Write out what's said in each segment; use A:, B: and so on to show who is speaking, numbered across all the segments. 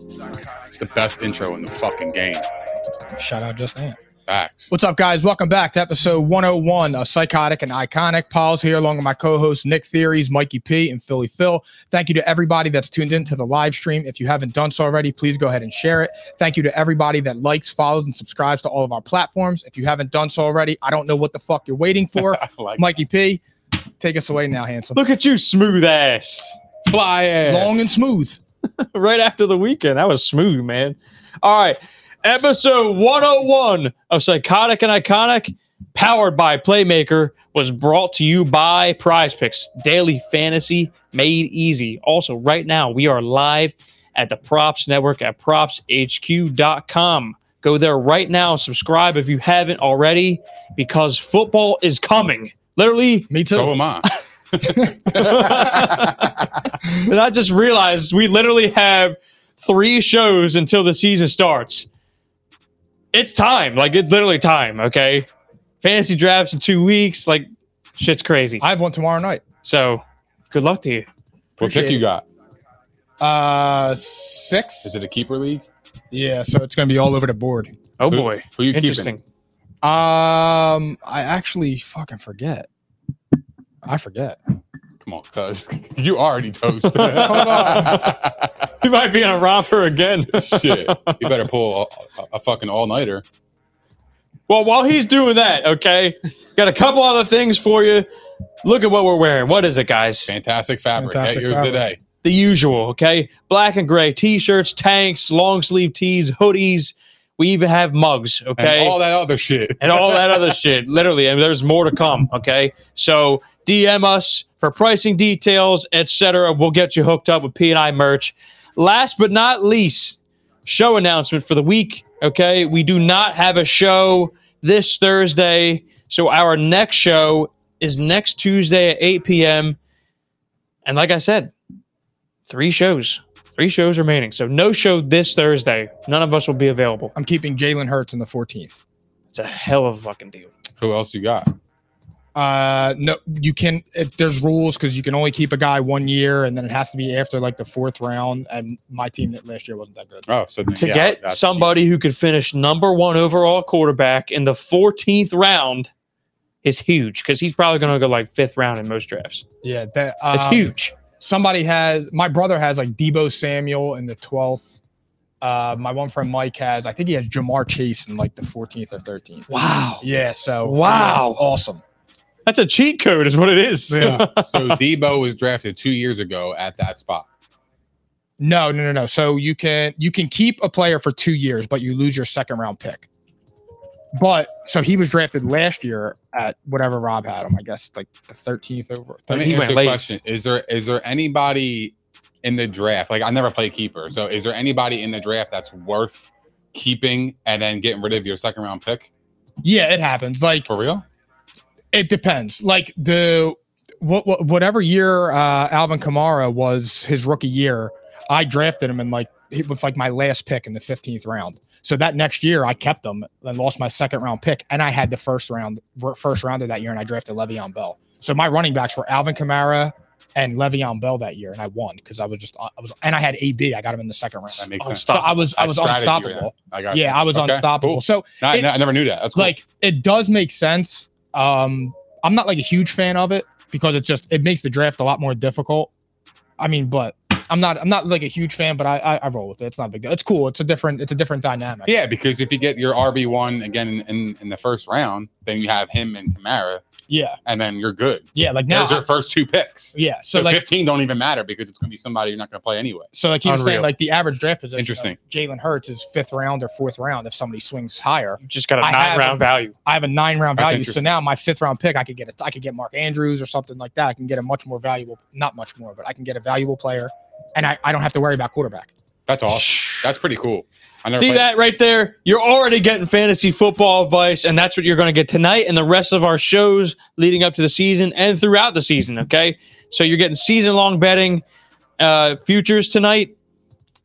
A: It's the best intro in the fucking game.
B: Shout out Just Ant.
A: Facts.
B: What's up, guys? Welcome back to episode 101 of Psychotic and Iconic. Paul's here along with my co hosts Nick Theories, Mikey P, and Philly Phil. Thank you to everybody that's tuned in to the live stream. If you haven't done so already, please go ahead and share it. Thank you to everybody that likes, follows, and subscribes to all of our platforms. If you haven't done so already, I don't know what the fuck you're waiting for.
A: like
B: Mikey P, take us away now, handsome.
C: Look at you, smooth ass, fly ass,
B: Long and smooth.
C: right after the weekend. That was smooth, man. All right, episode 101 of Psychotic and Iconic, powered by Playmaker, was brought to you by Prize Picks Daily Fantasy Made Easy. Also, right now we are live at the Props Network at propshq.com. Go there right now, subscribe if you haven't already, because football is coming. Literally,
B: Me too.
A: So am I.
C: And I just realized we literally have three shows until the season starts. It's time. Like, it's literally time. Okay. Fantasy drafts in two weeks. Like, shit's crazy.
B: I have one tomorrow night.
C: So, good luck to you.
A: What pick you got?
B: Uh, six?
A: Is it a keeper league?
B: Yeah, so it's going to be all over the board.
C: Oh,
A: Who-
C: boy.
A: who you keeping?
C: Interesting.
B: Um, I actually fucking forget. I forget.
A: Come on, cuz. You already toast.
C: You might be in a romper again.
A: Shit. You better pull a, a- a fucking all nighter.
C: Well, while he's doing that, okay, got a couple other things for you. Look at what we're wearing. What is it, guys?
A: Fantastic fabric. Get
B: Fantastic
A: yours
B: fabric.
A: today.
C: the usual, okay? Black and gray t-shirts, tanks, long sleeve tees, hoodies. We even have mugs,
A: And
C: okay?
A: all that other shit.
C: and all that other shit. Literally, and there's more to come. Okay, so DM us for pricing details, etc. We'll get you hooked up with P and I merch. Last but not least, show announcement for the week. Okay, we do not have a show this Thursday, so our next show is next Tuesday at 8 p.m. And like I said, three shows. Three shows remaining. So no show this Thursday. None of us will be available.
B: I'm keeping Jalen Hurts in the 14th.
C: It's a hell of a fucking deal.
A: Who else you got?
B: Uh, no, you can. If there's rules because you can only keep a guy one year, and then it has to be after like the fourth round. And my team that last year wasn't that good.
A: Oh, so
C: to
A: yeah,
C: get
A: that's-
C: somebody who could finish number one overall quarterback in the 14th round is huge because he's probably going to go like fifth round in most drafts.
B: Yeah, that, um,
C: It's huge.
B: Somebody has my brother has like Debo Samuel in the 12th. Uh, my one friend Mike has, I think he has Jamar Chase in like the 14th or 13th.
C: Wow.
B: Yeah, so
C: Wow.
B: awesome.
C: That's a cheat code, is what it is.
B: Yeah.
A: So Debo was drafted two years ago at that spot.
B: No, no, no, no. So you can you can keep a player for two years, but you lose your second round pick. But so he was drafted last year at whatever Rob had him. I guess like the thirteenth over.
A: Let
C: he
A: me
C: went
A: ask you a
C: late.
A: question. Is there is there anybody in the draft? Like I never play keeper, so is there anybody in the draft that's worth keeping and then getting rid of your second round pick?
B: Yeah, it happens. Like
A: For real?
B: it depends. Like the what, what whatever year uh, Alvin Kamara was his rookie year, I drafted him in like he- with like my last pick in the fifteenth round. So that next year, I kept him and lost my second round pick, and I had the first round r- first round of that year, and I drafted Le'Veon Bell. So my running backs were Alvin Kamara, and Le'Veon Bell that year, and I won because I was just I was and I had AB. I got him in the second round.
A: That makes sense.
B: So I was I
A: That
B: was
A: strategy,
B: unstoppable.
A: I
B: Yeah,
A: got you.
B: I was
A: Okay,
B: unstoppable.
A: cool.
B: So
A: No, I-
B: it-
A: no, I never knew that. That's cool.
B: like it does make sense. Um, I'm not like a huge fan of it because it's just it makes the draft a lot more difficult. I mean, but I'm not I'm not like a huge fan, but I I, I roll with it. It's not a big deal. It's cool. It's a different it's a different dynamic.
A: yeah, because if you get your RB one again in, in, in the first round, then you have him and Kamara,
B: yeah,
A: and then you're good.
B: yeah. Like now,
A: Those are first two picks.
B: yeah.
A: So,
B: So like
A: 15 don't even matter because it's going to be somebody you're not going to play anyway.
B: So like he was saying,
C: Unreal.
B: like the average draft position. of
A: Interesting.
B: Jalen Hurts is fifth round or fourth round if somebody swings higher.
C: You just got a
B: I
C: nine
B: have
C: round
B: him.
C: value.
B: I have a nine round
A: That's
B: value, so
A: interesting.
B: now my fifth round pick, I could get a, I could get Mark Andrews or something like that. I can get a much more valuable, not much more, but I can get a valuable player, and I, I don't have to worry about quarterback.
A: That's awesome. That's pretty cool. I never
C: See
A: played-
C: that right there? You're already getting fantasy football advice, and that's what you're going to get tonight and the rest of our shows leading up to the season and throughout the season. Okay. So you're getting season long betting uh, futures tonight.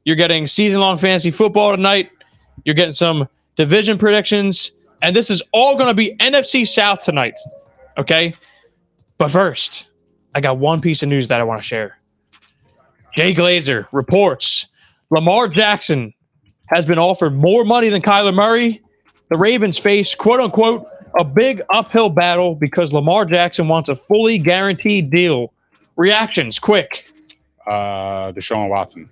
C: You're getting season long fantasy football tonight. You're getting some division predictions. And this is all going to be NFC South tonight. Okay. But first, I got one piece of news that I want to share. Jay Glazer reports Lamar Jackson has been offered more money than Kyler Murray. The Ravens face, quote unquote, a big uphill battle because Lamar Jackson wants a fully guaranteed deal. Reactions quick.
A: Uh, Deshaun Watson.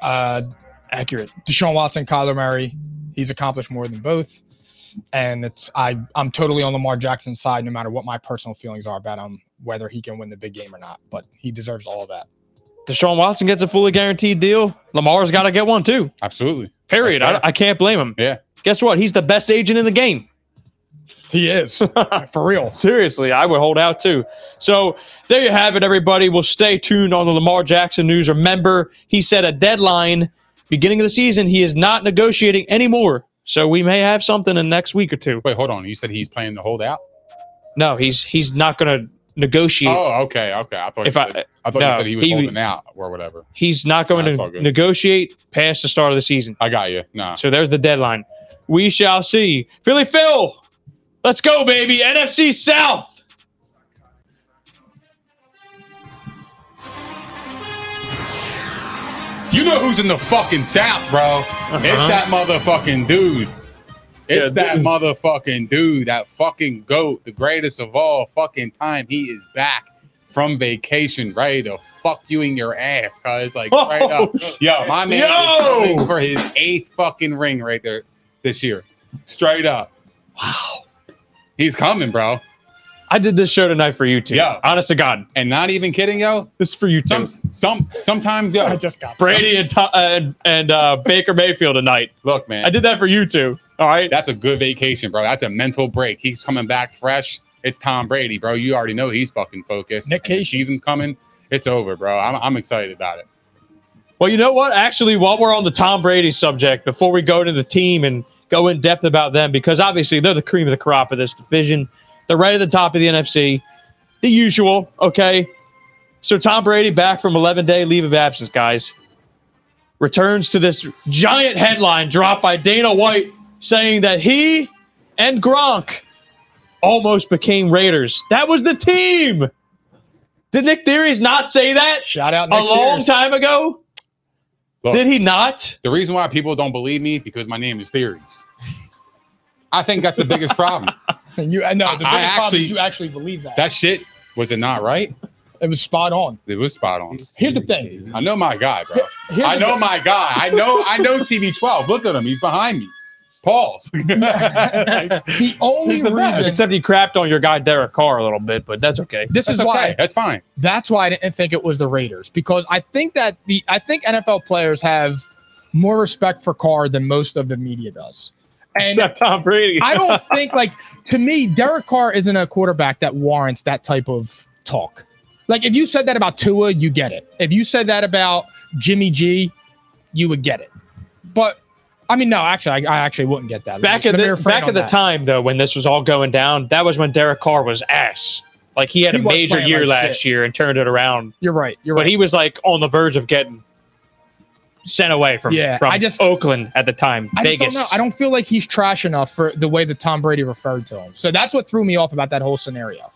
B: Uh, accurate. Deshaun Watson, Kyler Murray, he's accomplished more than both, and it's I I'm totally on Lamar Jackson's side, no matter what my personal feelings are about him, whether he can win the big game or not. But he deserves all of that.
C: Deshaun Watson gets a fully guaranteed deal. Lamar's got to get one too.
A: Absolutely.
C: Period.
A: That's
C: I,
A: fair.
C: I can't blame him.
A: Yeah.
C: Guess what? He's the best agent in the game.
B: He is for real.
C: Seriously, I would hold out too. So there you have it, everybody. We'll stay tuned on the Lamar Jackson news. Remember, he set a deadline beginning of the season. He is not negotiating anymore. So we may have something in the next week or two.
A: Wait, hold on. You said he's playing the holdout?
C: No, he's he's not going to negotiate.
A: Oh, okay. Okay. I thought,
C: If
A: you,
C: I-
A: said, I thought
C: no,
A: you said he was
C: he-
A: holding out or whatever.
C: He's not going
A: That's all
C: to
A: good.
C: negotiate past the start of the season.
A: I got you. Nah.
C: So there's the deadline. We shall see. Philly Phil, let's go, baby. NFC South.
A: You know who's in the fucking South, bro. It's that motherfucking dude. It's
C: Uh-huh. Yeah,
A: that
C: dude.
A: motherfucking dude, that fucking goat, the greatest of all fucking time. He is back from vacation, ready to fuck you in your ass, cuz. Like,
C: Oh,
A: right up. Yo, my man is
C: Yo!
A: coming for his eighth fucking ring right there this year. Straight up. Wow. He's coming, bro.
C: I did this show tonight for you two.
A: Yeah.
C: Honest to God.
A: And not even kidding, yo.
C: This is for you two.
A: Some, some, sometimes, yo.
B: I just got
C: Brady and Tom, and, and uh, Baker Mayfield tonight.
A: Look, man.
C: I did that for you two. All right.
A: That's a good vacation, bro. That's a mental break. He's coming back fresh. It's Tom Brady, bro. You already know he's fucking focused.
B: Nick
A: And the
B: Cage.
A: season's coming. It's over, bro. I'm, I'm excited about it.
C: Well, you know what? Actually, while we're on the Tom Brady subject, before we go to the team and go in depth about them, because obviously they're the cream of the crop of this division. They're right at the top of the NFC. The usual, okay? So Tom Brady back from 11 day leave of absence, guys. Returns to this giant headline dropped by Dana White saying that he and Gronk almost became Raiders. That was the team. Did Nick Theories not say that?
B: Shout out Nick
C: a long
B: Pierce.
C: time ago?
A: Look,
C: Did he not?
A: The reason why people don't believe me because my name is Theories. I think that's the biggest problem.
B: You I know the biggest
A: I
B: problem
A: actually-
B: is you actually believe that.
A: That shit was it not right?
B: it was spot on.
A: It was spot on.
B: Here's the thing.
A: I know my guy, bro.
B: Here's
A: I
B: the
A: know
B: thing.
A: my guy. I know. I know TB12. Look at him. He's behind me. Pause.
B: The only
A: He's the best.
B: reason
C: Except he crapped on your guy Derek Carr a little bit, but that's okay.
B: this
A: That's
B: is
A: okay.
B: why
A: That's fine.
B: that's why I didn't think it was the Raiders because I think that the I think NFL players have more respect for Carr than most of the media does. And
C: Except Tom Brady.
B: I don't think like to me, Derek Carr isn't a quarterback that warrants that type of talk. Like if you said that about Tua, you get it. If you said that about Jimmy G, you would get it. But I mean, no, actually, I, I actually wouldn't get that.
C: back
B: Let
C: at
B: me
C: the
B: refrain
C: back
B: on
C: at the
B: that.
C: time though, when this was all going down, that was when Derek Carr was ass. Like he had
B: He
C: a
B: was
C: major
B: playing
C: year
B: like
C: last
B: shit.
C: year and turned it around,
B: You're right. You're
C: but
B: right.
C: he was like on the verge of getting sent away from
B: Yeah,
C: from
B: I just-
C: Oakland at the time,
B: I just
C: Vegas.
B: don't know. I don't feel like he's trash enough for the way that Tom Brady referred to him. So that's what threw me off about that whole scenario.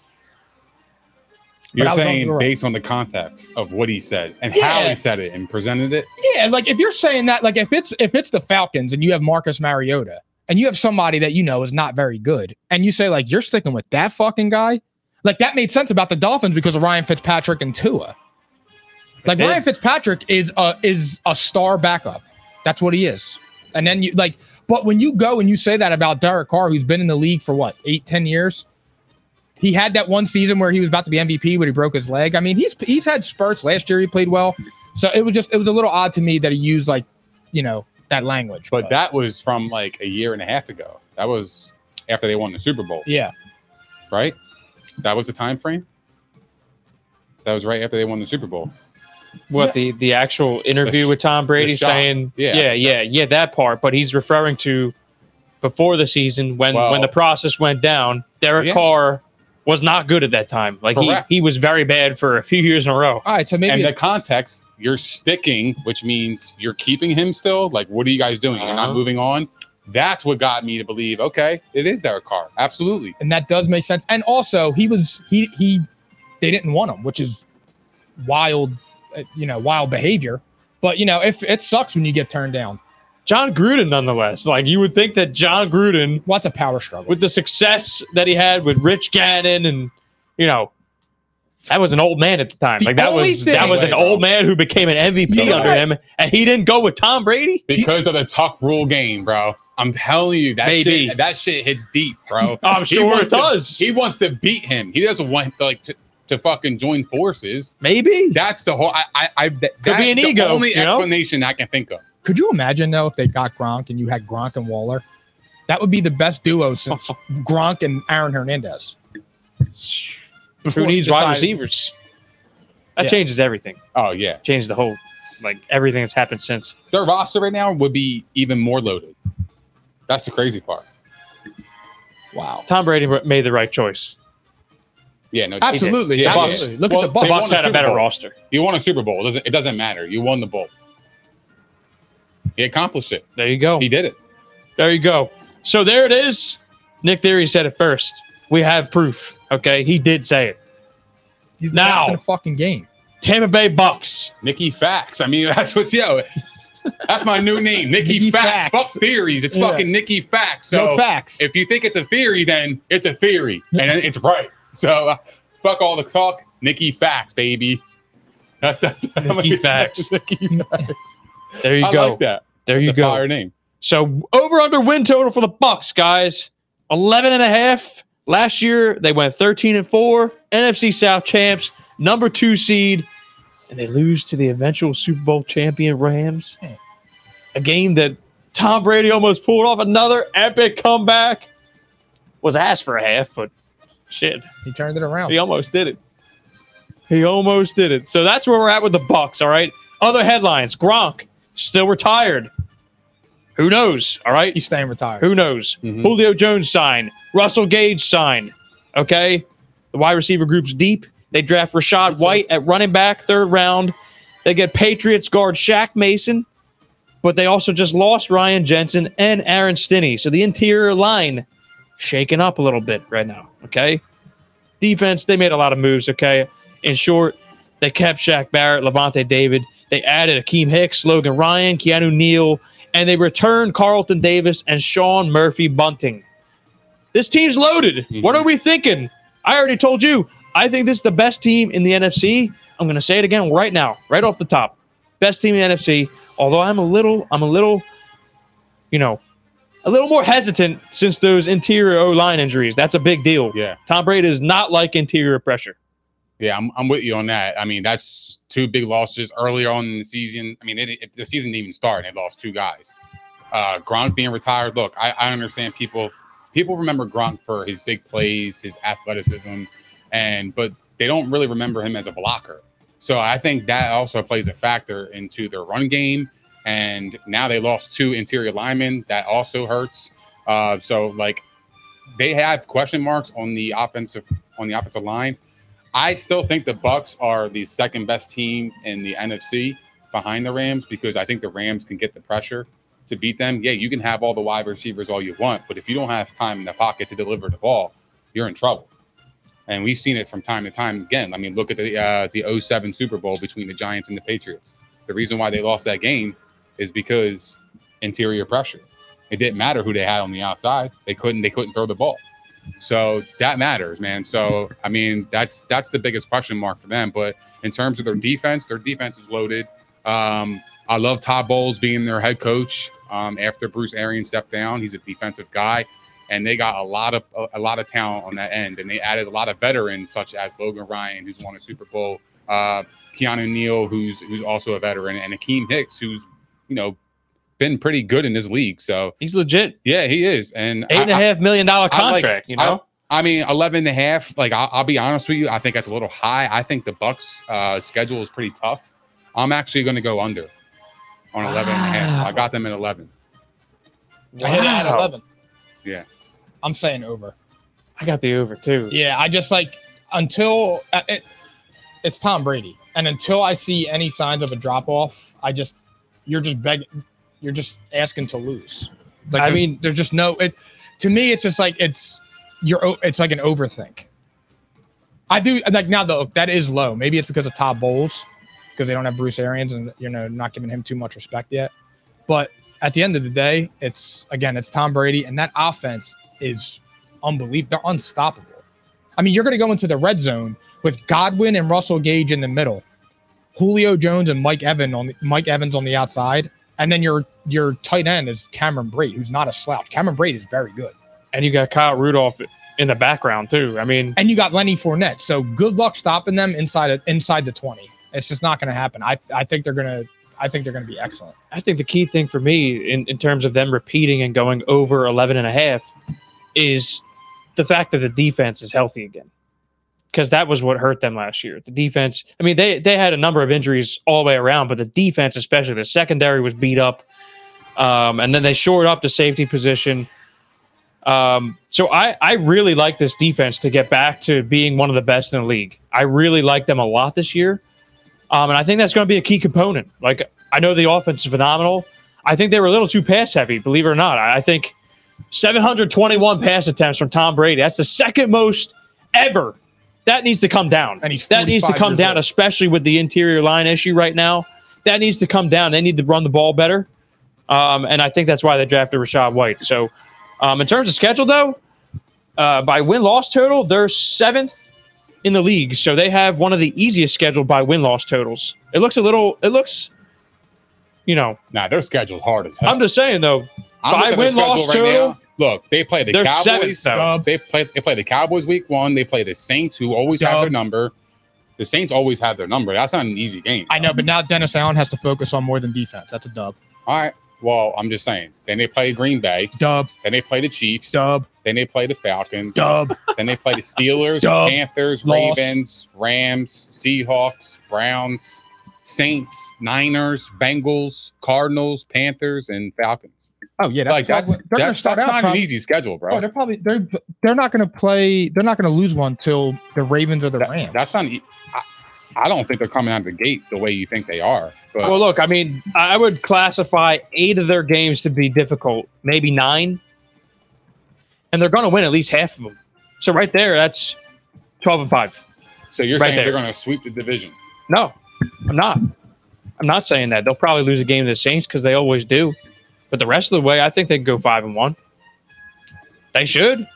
A: You're
B: I was on
A: saying
B: the right.
A: based on the context of what he said and how
B: Yeah.
A: he said it and presented it.
B: Yeah, like if you're saying that, like if it's if it's the Falcons and you have Marcus Mariota and you have somebody that you know is not very good, and you say like you're sticking with that fucking guy, like that made sense about the Dolphins because of Ryan Fitzpatrick and Tua. Like
C: did.
B: Ryan Fitzpatrick is a is a star backup. That's what he is. And then you like, but when you go and you say that about Derek Carr, who's been in the league for what eight, ten years, he had that one season where he was about to be MVP, but he broke his leg. I mean, he's he's had spurts. Last year he played well, so it was just it was a little odd to me that he used like, you know, that language.
A: But that was from like a year and a half ago. That was after they won the Super Bowl,
B: yeah,
A: right? That was the time frame. That was right after they won the Super Bowl.
C: What the the actual interview
A: sh-
C: with Tom Brady
A: the shot.
C: saying,
A: Yeah.
C: yeah, yeah, yeah, that part. But he's referring to before the season when
A: Well-
C: when the process went down. Derek
A: Yeah.
C: Carr was not good at that time. Like
A: Correct.
C: he he was very bad for a few years in a row.
B: all right. So maybe
A: and the context, you're sticking, which means you're keeping him still. Like, what are you guys doing? You're
C: Uh-huh.
A: not moving on. That's what got me to believe. Okay, it is Derek Carr. Absolutely.
B: and that does make sense. And also, he was he he they didn't want him, which is wild, uh, you know, wild behavior. But you know, if it sucks when you get turned down,
C: John Gruden, nonetheless, like you would think that John Gruden,
B: well, that's a power struggle.
C: with the success that he had with Rich Gannon, and you know, that was an old man at the time.
B: The
C: like that
B: only
C: was
B: thing-
C: that was an
A: Way,
C: old
A: bro.
C: man who became an MVP
A: You're
C: under
B: right.
C: him, and he didn't go with Tom Brady.
A: Because of the Tuck Rule game, bro. I'm telling you, that
C: Maybe.
A: shit that shit hits deep, bro.
C: I'm
A: He
C: sure
A: wants
C: it
A: to-
C: does.
A: he wants to beat him. He doesn't want like to, to fucking join forces.
C: Maybe
A: That's the whole. I. I. I that,
C: be
A: that's
C: an
A: the
C: ego,
A: Only
C: you know?
A: explanation I can think of.
B: Could you imagine though if they got Gronk and you had Gronk and Waller? That would be the best duo since Gronk and Aaron Hernandez.
C: who
B: Before
C: needs
B: deciding-
C: wide receivers? That
B: Yeah.
C: changes everything.
A: Oh yeah,
C: Changes the whole like everything that's happened since.
A: their roster right now would be even more loaded. That's the crazy part.
B: Wow.
C: Tom Brady made the right choice.
A: Yeah, no,
B: Absolutely.
A: Yeah,
B: absolutely.
A: yeah.
B: Look
A: Well,
B: at the Bucks.
A: they won
C: Bucks had a
A: Super
C: better
A: Bowl.
C: roster.
A: You won a Super Bowl. It doesn't, it doesn't matter. You won the bowl. He accomplished it.
C: There you go.
A: He did it.
C: There you go. So there it is. Nick Theory said it first. We have proof. Okay, he did say it.
B: He's
C: Now.
B: now in a fucking game.
C: Tampa Bay Bucks.
A: Nikki Facts. I mean, that's what's yo. That's my new name, Nikki,
B: Nikki
A: Facts.
B: Facts.
A: Fuck theories. It's
B: Yeah.
A: fucking Nikki Facts. So
B: no facts.
A: if you think it's a theory, then it's a theory and it's right. So uh, fuck all the talk, Nikki Facts, baby. That's that's
C: Nikki Facts.
A: Nikki Facts.
C: There you
A: I
C: go.
A: like that.
C: There you
A: It's a
C: go.
A: fire name.
C: So over under win total for the Bucks, guys. 11 and a half. Last year they went 13 and 4, NFC South champs, number 2 seed, and they lose to the eventual Super Bowl champion Rams. A game that Tom Brady almost pulled off another epic comeback. Was asked for a half, but shit.
B: he turned it around.
C: He almost did it. He almost did it. So that's where we're at with the Bucks. All right. Other headlines: Gronk still retired. Who knows? All right.
B: He's staying retired.
C: Who knows? Julio Jones sign. Russell Gage sign. Okay. The wide receiver group's deep. They draft Rashad White at running back, third round. They get Patriots guard Shaq Mason, but they also just lost Ryan Jensen and Aaron Stinney. So the interior line shaken up a little bit right now. Okay. Defense, they made a lot of moves. Okay. In short, they kept Shaq Barrett, Levante David. They added Akeem Hicks, Logan Ryan, Keanu Neal, and they returned Carlton Davis and Sean Murphy Bunting. This team's loaded. What
A: Mm-hmm.
C: are we thinking? I already told you. I think this is the best team in the NFC. I'm going to say it again right now, right off the top. Best team in the NFC. Although I'm a little, I'm a little, you know, a little more hesitant since those interior O line injuries. That's a big deal.
A: Yeah.
C: Tom Brady does not like interior pressure.
A: Yeah, I'm, I'm with you on that. I mean, that's two big losses earlier on in the season. I mean, it, it, the season didn't even start, and they lost two guys. Uh, Gronk being retired. Look, I, I understand people. People remember Gronk for his big plays, his athleticism, and but they don't really remember him as a blocker. So I think that also plays a factor into their run game. And now they lost two interior linemen. That also hurts. Uh, so like they have question marks on the offensive on the offensive line. I still think the Bucks are the second best team in the NFC behind the Rams because I think the Rams can get the pressure to beat them. Yeah, you can have all the wide receivers all you want, but if you don't have time in the pocket to deliver the ball, you're in trouble. and we've seen it from time to time again. I mean, look at the uh, the 07 Super Bowl between the Giants and the Patriots. The reason why they lost that game is because interior pressure. It didn't matter who they had on the outside; they couldn't they couldn't throw the ball. So that matters, man. So I mean, that's that's the biggest question mark for them. But in terms of their defense, their defense is loaded. Um, I love Todd Bowles being their head coach um, after Bruce Arians stepped down. He's a defensive guy, and they got a lot of a, a lot of talent on that end, and they added a lot of veterans such as Logan Ryan, who's won a Super Bowl, uh, Keanu Neal, who's who's also a veteran, and Akeem Hicks, who's you know been pretty good in this league. So
C: He's legit.
A: yeah, he is, and
C: Eight and a
A: I- I-
C: half million dollar
A: I like-
C: contract. you know,
A: I mean, 11 and a half. Like, I'll, I'll be honest with you. I think that's a little high. I think the Bucks' uh, schedule is pretty tough. I'm actually going to go under on 11 and a half.
C: Wow.
A: I got them at 11.
B: I hit it at
C: Wow.
B: 11.
A: Yeah.
B: I'm saying over.
C: I got the over too.
B: Yeah, I just like until uh, it, it's Tom Brady, and until I see any signs of a drop off, I just you're just begging, you're just asking to lose. Like
C: I
B: I
C: mean-
B: mean, there's just no it. To me, it's just like it's you're o- it's like an overthink. I do like now though that is low. Maybe it's because of Todd Bowles because they don't have Bruce Arians and you know not giving him too much respect yet. But at the end of the day, it's again it's Tom Brady and that offense is unbelievable. They're unstoppable. I mean, you're going to go into the red zone with Godwin and Russell Gage in the middle, Julio Jones and Mike Evans on the, Mike Evans on the outside, and then your your tight end is Cameron Braid, who's not a slouch. Cameron Braid is very good,
C: And you got Kyle Rudolph in the background too. I mean,
B: and you got Lenny Fournette. So good luck stopping them inside of, inside the twenty. It's just not going to happen. I I think they're going to I think they're going to be excellent.
C: I think the key thing for me in, in terms of them repeating and going over 11 and a half is the fact that the defense is healthy again. Because that was what hurt them last year. The defense, I mean, they, they had a number of injuries all the way around, but the defense, especially the secondary, was beat up. Um, and then they shored up the safety position. Um, so I, I really like this defense to get back to being one of the best in the league. I really like them a lot this year. Um, and I think that's going to be a key component. Like, I know the offense is phenomenal. I think they were a little too pass heavy, believe it or not. I I think 721 pass attempts from Tom Brady. That's the second most ever. That needs to come down.
B: And he's
C: that needs to
B: 45
C: come
B: years
C: down,
B: old.
C: especially with the interior line issue right now. That needs to come down. They need to run the ball better. Um, and I think that's why they drafted Rashad White. So, um, in terms of schedule, though, uh, by win loss total, they're seventh in the league, so they have one of the easiest scheduled by win loss totals. It looks a little. It looks, you know.
A: Nah, their schedule's hard as hell.
C: I'm just saying though.
A: I'm
C: by
A: looking at their
C: win-loss
A: schedule
C: total,
A: now. Look, they play the
C: they're
A: Cowboys.
C: seventh, though.
A: They play they play the Cowboys week one. They play the Saints, who always have
B: Dub.
A: their number. The Saints always have their number. That's not an easy game.
B: I know, but now Dennis Allen has to focus on more than defense. That's a dub.
A: All right. Well, I'm just saying. Then they play Green Bay.
B: Dub.
A: Then they play the Chiefs.
B: Dub.
A: Then they play the Falcons.
B: Dub.
A: Then they play the Steelers,
B: Dub.
A: Panthers,
B: Loss.
A: Ravens, Rams, Seahawks, Browns, Saints, Niners, Bengals, Cardinals, Panthers, and Falcons.
B: Oh yeah, that's
A: like that's
B: they're gonna
A: that's,
B: start
A: that's
B: out
A: not an
B: probably-
A: easy schedule,
B: Oh,
A: bro.
B: they're probably they're they're not going to play. They're not going to lose one till the Ravens or the
A: That-
B: Rams.
A: that's not. an e- I, I don't think they're coming out of the gate the way you think they are. But
C: Well, look, I mean, I I would classify eight of their games to be difficult, maybe nine, and they're going to win at least half of them. So right there, that's twelve and five.
A: so you're
C: right
A: saying
C: there.
A: they're going to sweep the division?
C: No, I'm not. I'm not saying that. They'll probably lose a game to the Saints because they always do. But the rest of the way, I think they can go five and one. They should.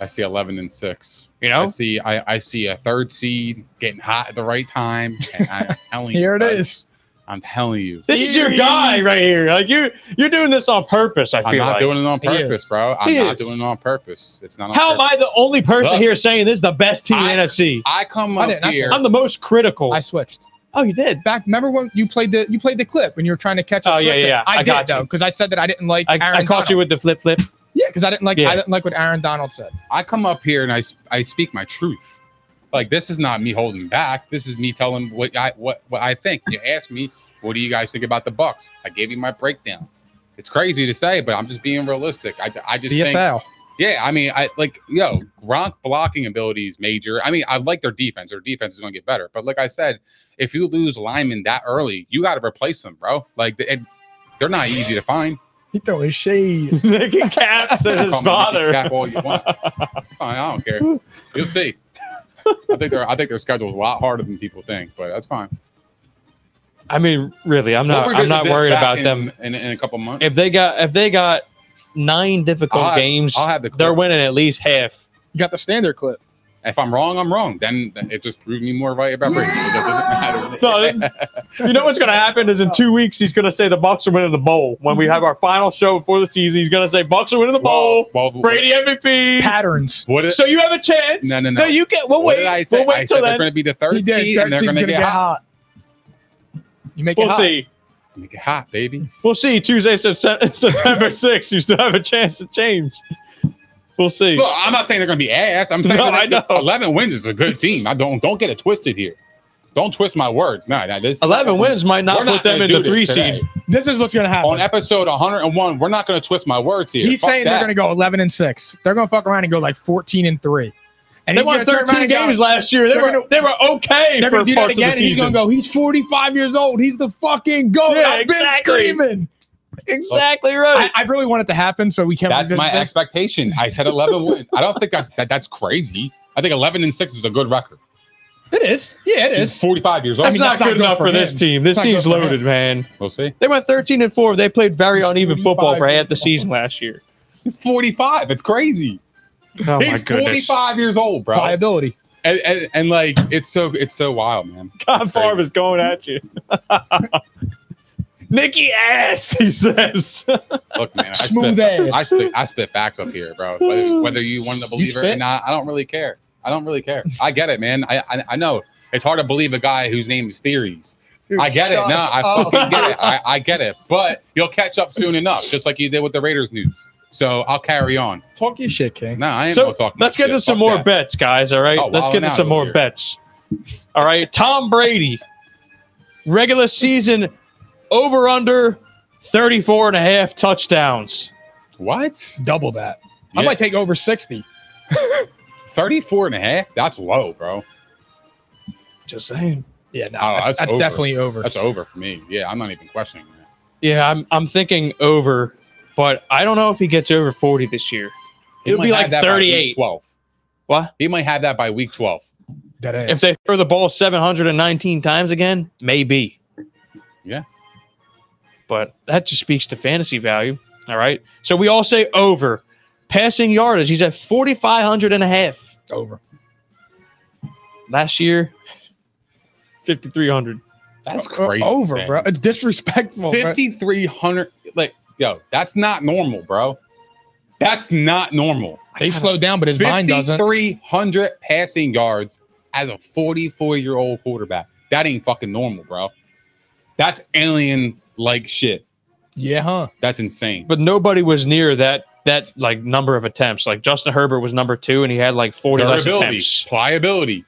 A: I see eleven and six.
C: You know?
A: I see. I, I see a third seed getting hot at the right time. And I'm telling you,
B: Here it
A: guys,
B: is.
A: I'm telling you.
C: This is your guy right here. Like you, you're doing this on purpose. I
A: I'm
C: feel
A: not
C: like.
A: doing it on
B: He is.
A: purpose, bro. I'm
C: He
A: not
C: is.
A: doing it on purpose. It's not. On
C: How am
A: purpose.
C: I the only person
A: Look.
C: here saying this is the best team in the NFC?
A: I come
B: I
A: up
B: didn't- I
A: here.
B: said-
C: I'm the most critical.
B: I switched
C: oh, you did.
B: back. Remember when you played the you played the clip when you were trying to catch? a
C: Oh, yeah,
B: flip
C: yeah,
B: kick?
C: yeah.
B: I,
C: I
B: did
C: got
B: though
C: you.
B: because I said that I didn't like.
C: I,
B: Aaron
C: I caught you with the flip flip.
B: yeah because I didn't like
C: Yeah.
B: I didn't like what Aaron Donald said.
A: I come up here and I s- I speak my truth. Like this is not me holding back. This is me telling what I what what I think. You ask me, what do you guys think about the Bucks? I gave you my breakdown. It's crazy to say, but I'm just being realistic. I, I just think
B: DFL.
A: yeah, I mean, I like yo Gronk blocking ability is major. I mean, I like their defense. Their defense is going to get better. But like I said, if you lose linemen that early, you got to replace them, bro. Like th- and they're not easy to find.
B: He throwing shade.
C: Nicky Cap says
A: Call
C: his
A: me Nicky
C: father.
A: Cap all you want. Fine, I don't care. You'll see. I think their I think their schedule's a lot harder than people think, but that's fine.
C: I mean, really, I'm
A: We'll
C: not. I'm
A: revisit
C: not
A: this
C: worried
A: back
C: about
A: in-
C: them.
A: in, in a couple months.
C: If they got if they got nine difficult
A: I'll have-
C: games,
A: I'll have the
C: they're
A: clip.
C: winning at least half.
B: You got the standard clip.
A: If I'm wrong, I'm wrong. Then it just proved me more right about Brady. It doesn't matter.
C: No, you know what's going to happen is in two weeks he's going to say the Bucks are winning the bowl. When we have our final show before the season, he's going to say Bucks are winning the bowl.
A: Well, well,
C: Brady MVP.
B: Patterns.
A: What did,
C: So you have a chance.
A: No, no, no.
C: That you get. We'll wait.
A: what did I say?
C: We'll
A: I
C: wait
A: said
C: till
A: they're
C: then.
A: going to be the third
B: He did.
A: seed,
B: Third
A: and they're
B: seed's
A: going to get, hot.
B: You make
C: We'll
B: it hot.
C: see.
A: Make it hot, baby.
C: We'll see. Tuesday, September, September 6th. You still have a chance to change. We'll see.
A: Look, I'm not saying they're going to be ass. I'm saying
C: No,
A: they're-
C: I know.
A: 11 wins is a good team. I don't don't get it twisted here. Don't twist my words. No, no this
C: 11 wins might not
A: We're
C: put them
A: gonna
C: in
A: do
C: the
A: this
C: three
A: today.
C: seed.
B: This is what's gonna happen.
A: On episode 101, we're not going to twist my words here.
B: He's
A: Fuck
B: saying they're
A: that.
B: going to go 11 and 6. They're going to fuck around and go like 14 and 3. And
C: They
B: he's
C: won
B: gonna turn
C: 13
B: around and
C: games
B: go-
C: last year. They
B: They're
C: were
B: gonna-
C: they were okay
B: They're
C: for
B: going to do that
C: parts of
B: again.
C: the
B: And he's
C: season.
B: going to go, he's 45 years old. He's the fucking GOAT.
C: Yeah,
B: I've been
C: exactly.
B: screaming.
C: exactly right.
B: I, I really want it to happen so we can
A: That's
B: revisit
A: my
B: this.
A: expectation. I said 11 wins. I don't think that's that, that's crazy. I think 11 and 6 is a good record.
B: It is. Yeah, it
A: He's
B: is.
A: 45 years old.
C: that's
B: mean,
C: not, good, enough for,
B: him.
C: this team. This
B: That's not
C: team's
B: good for him.
C: loaded, man.
A: we'll see.
C: They went 13 and 4. They played very uneven football
B: 45
C: for half the season last year.
A: He's 45. It's crazy.
C: Oh my
A: He's
C: goodness.
A: 45 years old, bro.
B: Liability.
A: And, and, and like it's so it's so wild, man.
C: Tom
A: It's crazy.
C: Favre is going at you. Nikki ass, he says.
A: Look, man, I
B: Smooth
A: spit,
B: ass.
A: I spit, I spit facts up here, bro. Whether, whether you want to believe it or
B: spit?
A: not, I don't really care. I don't really care. I get it, man. I I, I know it's hard to believe a guy whose name is Theories. I get it. No, I
C: Oh.
A: fucking get it. I, I get it. But you'll catch up soon enough, just like you did with the Raiders news. So I'll carry on.
B: Talk your shit, King.
A: No, I ain't
C: so
A: gonna talk.
C: let's get
A: much
C: to
A: shit.
C: some
A: Fuck
C: more
A: that.
C: bets, guys. All right,
A: Oh,
C: let's
A: wildin'
C: get to
A: out
C: some
A: over
C: more
A: here.
C: bets. All right, Tom Brady, regular season over under 34 and a half touchdowns.
A: What?
B: Double that. I
A: Yeah.
B: might take over 60.
A: 34 and a half? That's low, bro.
C: Just saying.
B: Yeah, no.
A: Oh,
B: that's
A: that's
B: that's
A: over.
B: definitely over.
A: That's over for me. Yeah, I'm not even questioning that.
C: Yeah, I'm I'm thinking over, but I don't know if he gets over 40 this year.
A: He
C: It'll
A: might
C: be
A: have
C: like
A: that by
C: 38.
A: week 12.
C: What?
A: He might have that by week 12.
B: That is.
C: If they throw the ball 719 times again, maybe.
A: Yeah.
C: But that just speaks to fantasy value. All right. So we all say over. Passing yardage, he's at 4,500 and a half.
B: over.
C: Last year, 5,300.
A: That's
B: O-
A: crazy.
B: Uh, over,
A: man.
B: bro. It's disrespectful. bro.
A: 5,300. Like, yo, that's not normal, bro. That's not normal.
B: They slowed down, but his mind doesn't.
A: 5,300 passing yards as a 44 year old quarterback. That ain't fucking normal, bro. That's alien like shit.
B: Yeah, huh?
A: That's insane.
C: But nobody was near that that like number of attempts. Like Justin Herbert was number two and he had like 40 less
A: Durability,
C: attempts.
A: pliability.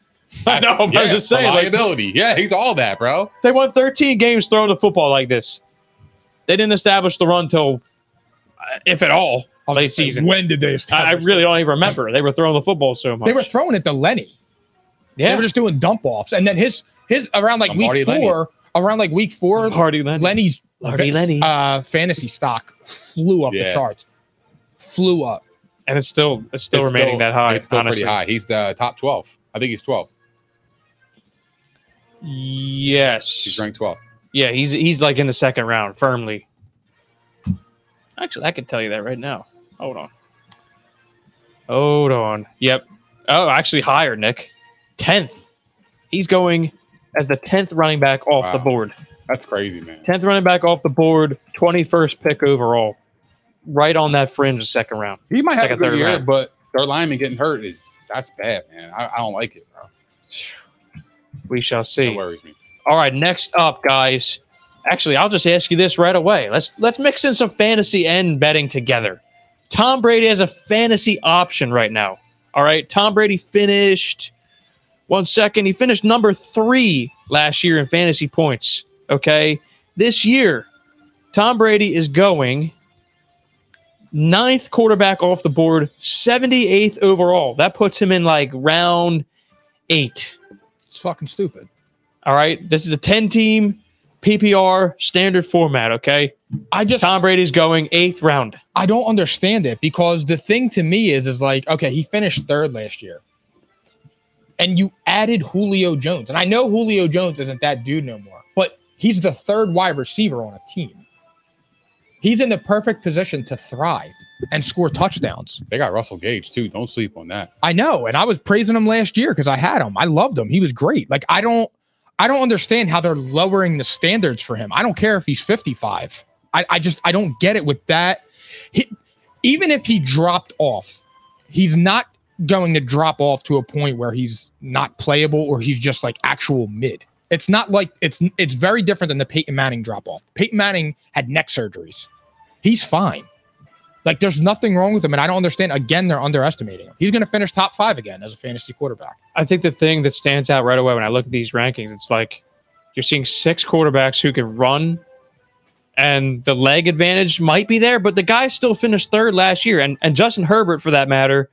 C: I know, but I'm just saying, like-
A: Pliability. yeah, he's all that, bro.
C: They won 13 games throwing the football like this. They didn't establish the run till, uh, if at all, late season.
B: When did they
C: I, I
B: establish?
C: really don't even remember. They were throwing the football so much.
B: They were throwing it to Lenny. They
C: yeah.
B: were just doing dump offs, and then his his around like
A: I'm
B: week
A: already
B: four,
A: Lenny.
B: around like week four,
C: Hardy Lenny.
B: Lenny's
C: Hardy
B: fa-
C: Lenny.
B: uh, fantasy stock flew up the
A: Yeah.
B: charts, flew up.
C: and it's still it's still
A: It's
C: remaining that high.
A: It's still
C: honestly.
A: pretty high. He's the top 12. I think he's 12. He's
C: Yes.
A: ranked 12.
C: Yeah, he's he's like in the second round firmly. Actually, I could tell you that right now. Hold on. Hold on. Yep. Oh, actually higher, Nick. Tenth. He's going as the tenth running back off the
A: Wow.
C: board.
A: That's crazy, man.
C: 10th running back off the board, 21st pick overall. Right on that fringe of second round.
A: He might have a
C: Second,
A: good
C: third
A: year,
C: round.
A: but their lineman getting hurt is that's bad, man. I, I don't like it, bro.
C: We shall
A: It
C: see.
A: worries me.
C: All right, next up, guys. Actually, I'll just ask you this right away. Let's let's mix in some fantasy and betting together. Tom Brady has a fantasy option right now. All right, Tom Brady finished one second. He finished number three last year in fantasy points. Okay, this year, Tom Brady is going ninth quarterback off the board, 78th overall. That puts him in like round eight.
B: It's fucking stupid.
C: All right. This is a 10 team PPR standard format. Okay.
B: I just
C: Tom Brady's going eighth round.
B: I don't understand it because the thing to me is is like okay, he finished third last year. and you added Julio Jones. And I know Julio Jones isn't that dude no more, but he's the third wide receiver on a team. He's in the perfect position to thrive and score touchdowns.
A: They got Russell Gage too. Don't sleep on that.
B: I know, and I was praising him last year because I had him. I loved him. He was great. Like I don't, I don't understand how they're lowering the standards for him. I don't care if he's fifty-five. I, I just, I don't get it with that. He, even if he dropped off, he's not going to drop off to a point where he's not playable or he's just like actual mid. It's not like it's it's very different than the Peyton Manning drop off. Peyton Manning had neck surgeries. He's fine. Like there's nothing wrong with him, and I don't understand. Again, they're underestimating him. He's going to finish top five again as a fantasy quarterback.
C: I think the thing that stands out right away when I look at these rankings, it's like you're seeing six quarterbacks who can run, and the leg advantage might be there, but the guy still finished third last year, and and Justin Herbert for that matter.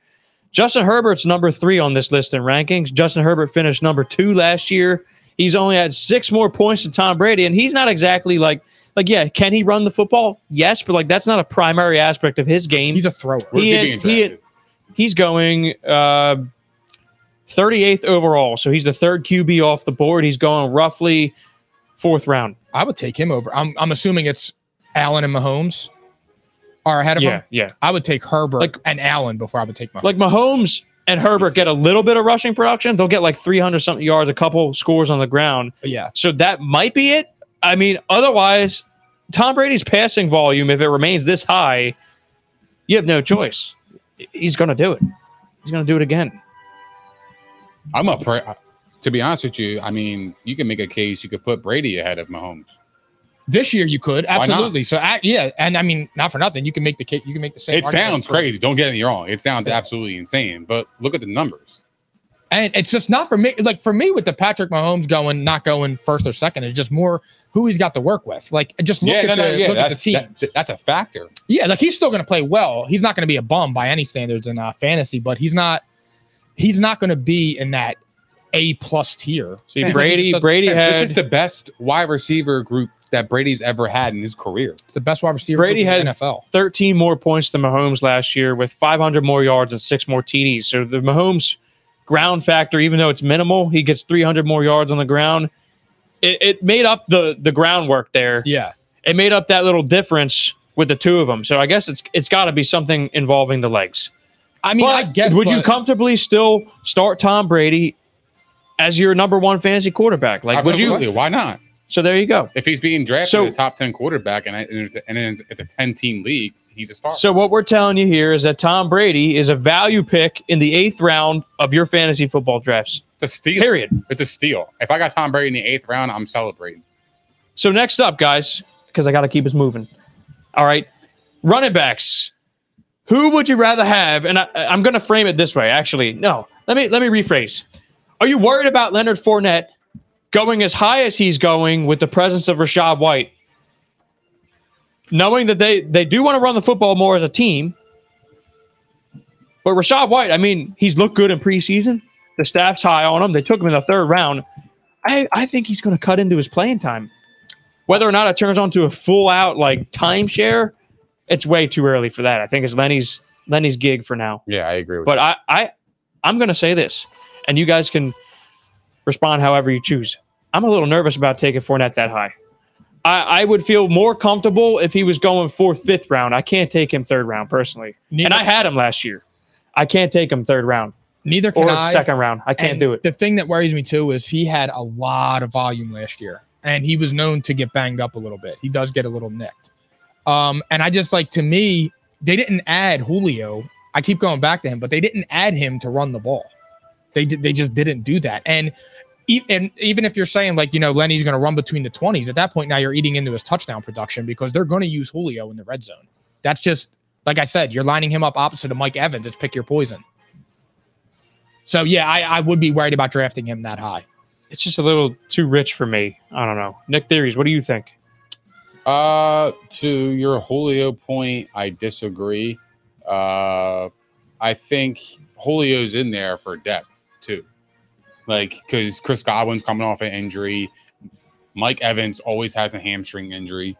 C: Justin Herbert's number three on this list in rankings. Justin Herbert finished number two last year. He's only had six more points than Tom Brady, and he's not exactly like like yeah. Can he run the football? Yes, but like that's not a primary aspect of his game.
B: He's a thrower.
A: Where's he,
C: had-
A: being
C: he had-
A: drafted?
C: he's going uh, 38th overall. So he's the third QB off the board. He's going roughly fourth round.
B: I would take him over. I'm I'm assuming it's Allen and Mahomes are ahead of him.
C: yeah.
B: I would take Herbert
C: Like-
B: and Allen before I would take Mahomes.
C: Like Mahomes and Herbert get a little bit of rushing production. They'll get like 300 something yards, a couple scores on the ground.
B: yeah,
C: So that might be it. I mean, otherwise, Tom Brady's passing volume, if it remains this high, you have no choice. He's going to do it. He's going to do it again.
A: I'm a pre- to be honest with you. I mean, you can make a case you could put Brady ahead of Mahomes.
B: this year you could
A: not?
B: absolutely. So I, yeah, and I mean not for nothing. You can make the ca- you can make the same.
A: It
B: argument
A: sounds
B: for-
A: crazy. Don't get me wrong. It sounds absolutely insane. But look at the numbers.
B: and it's just not for me. Like for me, with the Patrick Mahomes going, not going first or second, it's just more who he's got to work with. Like just look
A: yeah,
B: at
A: no,
B: the
A: no, yeah.
B: look at the
A: That's
B: team.
A: that- that's a factor.
B: Yeah, like he's still going to play well. He's not going to be a bum by any standards in uh, fantasy, but he's not he's not going to be in that A plus tier.
C: See,
B: Because he
C: Brady-
B: just doesn't-
C: Brady
B: it's
C: had-
A: This is the best wide receiver group that Brady's ever had in his career.
B: the best wide receiver.
C: Brady
B: in the
C: had
B: NFL.
C: 13 more points than Mahomes last year with 500 more yards and six more TDs. So the Mahomes ground factor, even though it's minimal, he gets 300 more yards on the ground. It, it made up the the groundwork there.
B: Yeah,
C: It made up that little difference with the two of them. So I guess it's it's got to be something involving the legs.
B: I mean,
C: But
B: I guess.
C: would you
B: but-
C: comfortably still start Tom Brady as your number one fantasy quarterback? Like, would
A: Absolutely.
C: you?
A: Why not?
C: So there you go.
A: If he's being drafted
C: So-
A: a top ten quarterback and I- and it's- and it's it's a ten team league, he's a star.
C: So what we're telling you here is that Tom Brady is a value pick in the eighth round of your fantasy football drafts.
A: it's a steal.
C: Period.
A: It's a steal. If I got Tom Brady in the eighth round, I'm celebrating.
C: So next up, guys, because I got to keep us moving. All right, running backs. Who would you rather have? And I, I'm going to frame it this way. Actually, no. Let me let me rephrase. Are you worried about Leonard Fournette going as high as he's going with the presence of Rashad White? Knowing that they they do want to run the football more as a team, but Rashad White, I mean, he's looked good in preseason. The staff's high on him. They took him in the third round. I, I think he's going to cut into his playing time. Whether or not it turns onto a full out like timeshare, it's way too early for that. I think it's Lenny's Lenny's gig for now.
A: Yeah, I agree with.
C: But I, I I'm gonna say this, and you guys can respond however you choose. I'm a little nervous about taking Fournette that high. I, I would feel more comfortable if he was going fourth, fifth round. I can't take him third round personally. And
B: Neither-
C: I had him last year. I can't take him third round
B: neither can
C: or
B: I.
C: second round. I can't
B: And
C: do it.
B: The thing that worries me too is he had a lot of volume last year, and he was known to get banged up a little bit. He does get a little nicked. Um, and I just like to me, they didn't add Julio. I keep going back to him, but they didn't add him to run the ball. They did. They just didn't do that. And e- and even if you're saying like you know Lenny's going to run between the twenties, at that point now you're eating into his touchdown production because they're going to use Julio in the red zone. That's just like I said, you're lining him up opposite of Mike Evans. It's pick your poison. So yeah, I, I would be worried about drafting him that high.
C: It's just a little too rich for me. I don't know. Nick Theories, what do you think?
A: Uh, to your Julio point, I disagree. Uh, I think Julio's in there for depth too, like because Chris Godwin's coming off an injury. Mike Evans always has a hamstring injury,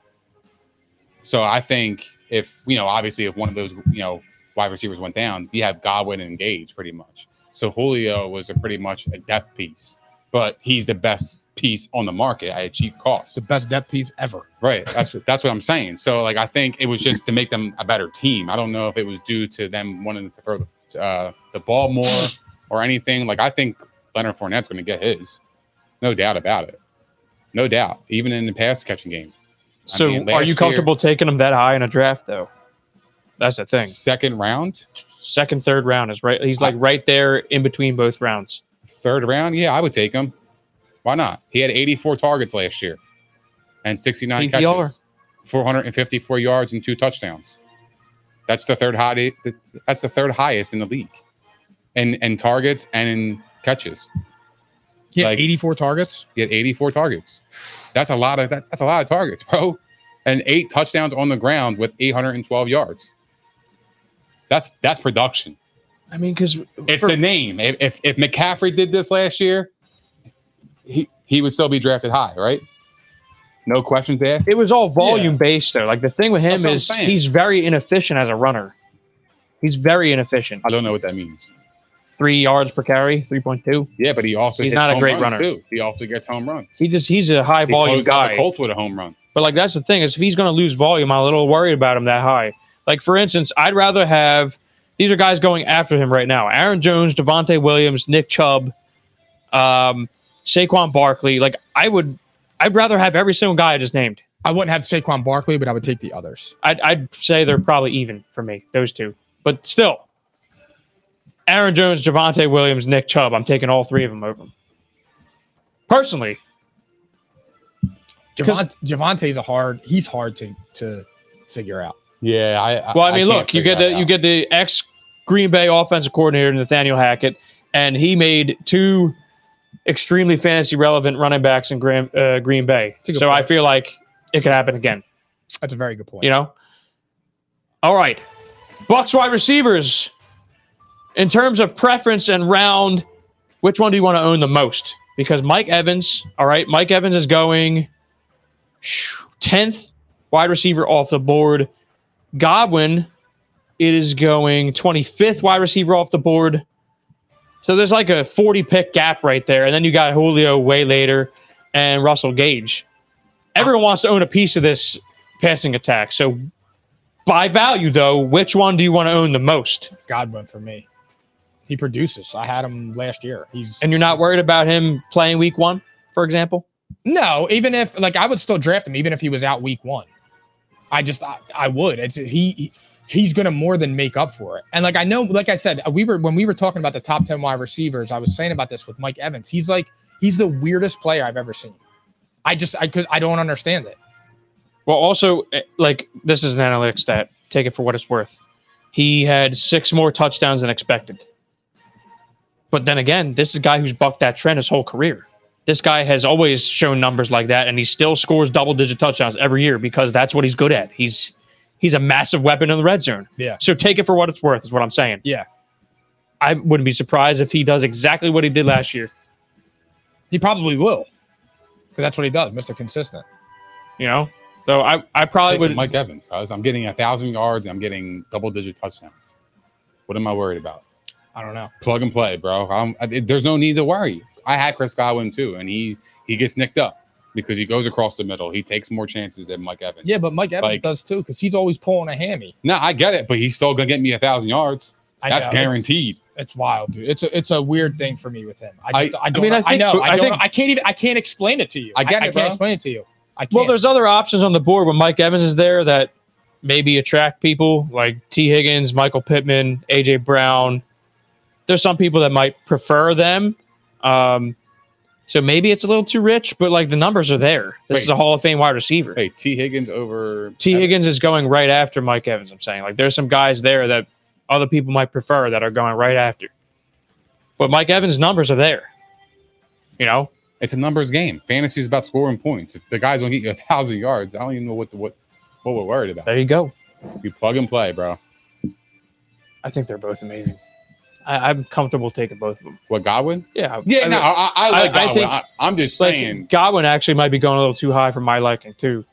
A: so I think if you know, obviously, if one of those you know wide receivers went down, you have Godwin and Gage pretty much. So Julio was a pretty much a depth piece, but he's the best piece on the market at a cheap cost.
B: the best depth piece ever.
A: Right. That's what that's what I'm saying. So like I think it was just to make them a better team. I don't know if it was due to them wanting to throw uh, the ball more or anything. Like I think Leonard Fournette's going to get his, no doubt about it, no doubt. Even in the pass catching game,
C: So
A: mean,
C: are
A: last
C: you comfortable taking him that high in a draft though? That's the thing.
A: second round,
C: Second, third round is right. He's like right there in between both rounds.
A: third round, yeah, I would take him. Why not? He had 84 targets last year and
C: PPR.
A: 69 catches, 454 yards and two touchdowns. That's the third high. That's the third highest in the league, and and targets and in catches.
B: He had
A: Like-
B: 84 targets.
A: He had 84 targets. That's a lot of that, that's a lot of targets, bro. And eight touchdowns on the ground with 812 yards. That's that's production.
C: I mean, because
A: It's the name. If, if if McCaffrey did this last year, he he would still be drafted high, right? No questions asked.
C: it was all volume based though. Like the thing with
A: That's
C: him
A: what I'm
C: is
A: saying.
C: he's very inefficient as a runner. He's very inefficient.
A: I don't know what that means.
C: Three yards per carry, three point two.
A: Yeah, but he also
C: He's
A: hits
C: not a
A: home
C: great
A: runs,
C: runner.
A: Too. He also gets home runs.
C: He just he's a high
A: He
C: volume
A: closed out the
C: guy.
A: Colts with a home run.
C: But like that's the thing is if he's going to lose volume, I'm a little worried about him that high. Like for instance, I'd rather have these are guys going after him right now: Aaron Jones, Devontae Williams, Nick Chubb, um, Saquon Barkley. Like I would, I'd rather have every single guy I just named.
B: I wouldn't have Saquon Barkley, but I would take the others.
C: I'd, I'd say they're probably even for me, those two. But still, Aaron Jones, Javante Williams, Nick Chubb. I'm taking all three of them over. 'em. Personally,
B: Javante, Javante's a hard. He's hard to to figure out.
A: Yeah, I.
C: Well, I mean, look, you get the you get the ex Green Bay offensive coordinator Nathaniel Hackett, and he made two extremely fantasy relevant running backs in Graham, uh, Green Bay.
B: a good
C: So I
B: point.
C: feel like it could happen again.
B: That's a very good point.
C: You know. All right, Bucks wide receivers. In terms of preference and round, which one do you want to own the most? Because Mike Evans, all right, Mike Evans is going tenth wide receiver off the board. Godwin it is going 25th wide receiver off the board. So there's like a 40 pick gap right there. And then you got Julio way later and Russell Gage. Everyone wants to own a piece of this passing attack. So by value, though, which one do you want to own the most?
B: Godwin for me. He produces. I had him last year. He's
C: And you're not worried about him playing week one, for example?
B: no. Even if like I would still draft him, even if he was out week one. I just I, I would. It's he. he- He's gonna more than make up for it, and like I know, like I said, we were when we were talking about the top ten wide receivers. I was saying about this with Mike Evans. He's like he's the weirdest player I've ever seen. I just I could I don't understand it.
C: Well, also, eh, like, this is an analytics stat. Take it for what it's worth. He had six more touchdowns than expected. But then again, this is a guy who's bucked that trend his whole career. This guy has always shown numbers like that, and he still scores double digit touchdowns every year because that's what he's good at. He's he's a massive weapon in the red zone.
B: Yeah.
C: So take it for what it's worth, is what I'm saying.
B: Yeah,
C: I wouldn't be surprised if he does exactly what he did last year.
B: He probably will. Because that's what he does, Mr. Consistent.
C: You know? So I, I probably would
A: Mike Evans. guys. I'm getting a thousand yards. I'm getting double digit touchdowns. What am I worried about?
B: I don't know.
A: plug and play, bro. I'm, I, there's no need to worry. I had Chris Godwin too, and he he gets nicked up because he goes across the middle. He takes more chances than Mike Evans.
B: Yeah, but Mike Evans
A: Like-
B: does too, because he's always pulling a hammy.
A: No, I get it, but he's still gonna get me a thousand yards.
B: I
A: That's
B: know,
A: guaranteed.
B: It's, it's wild, dude. It's a it's a weird thing for me with him. I
A: I-
B: just, I, don't. I
C: mean, I think-
B: know. I,
C: I
B: don't,
C: think-
B: I can't even. I can't explain it to you.
A: I get
B: I,
A: it,
B: can't
A: bro.
B: explain it to you. I can't.
C: Well, there's other options on the board when Mike Evans is there that maybe attract people like T. Higgins, Michael Pittman, AJ Brown. There's some people that might prefer them. Um, so maybe it's a little too rich, but like the numbers are there. This is
A: Wait.
C: a Hall of Fame wide receiver.
A: Hey, T Higgins over
C: T.
A: Evans.
C: Higgins is going right after Mike Evans. I'm saying like there's some guys there that other people might prefer that are going right after. But Mike Evans' numbers are there. You know,
A: It's a numbers game. Fantasy is about scoring points. If the guys don't get you a thousand yards, I don't even know what the, what what we're worried about.
C: there you go.
A: You plug and play, bro.
C: I think they're both amazing. I, I'm comfortable taking both of them.
A: What Godwin?
C: Yeah.
A: Yeah,
C: I
A: no,
C: mean,
A: I, I like
C: I- I
A: Godwin. I
C: think-
A: I, am just
C: like
A: saying.
C: Godwin actually might be going a little too high for my liking too,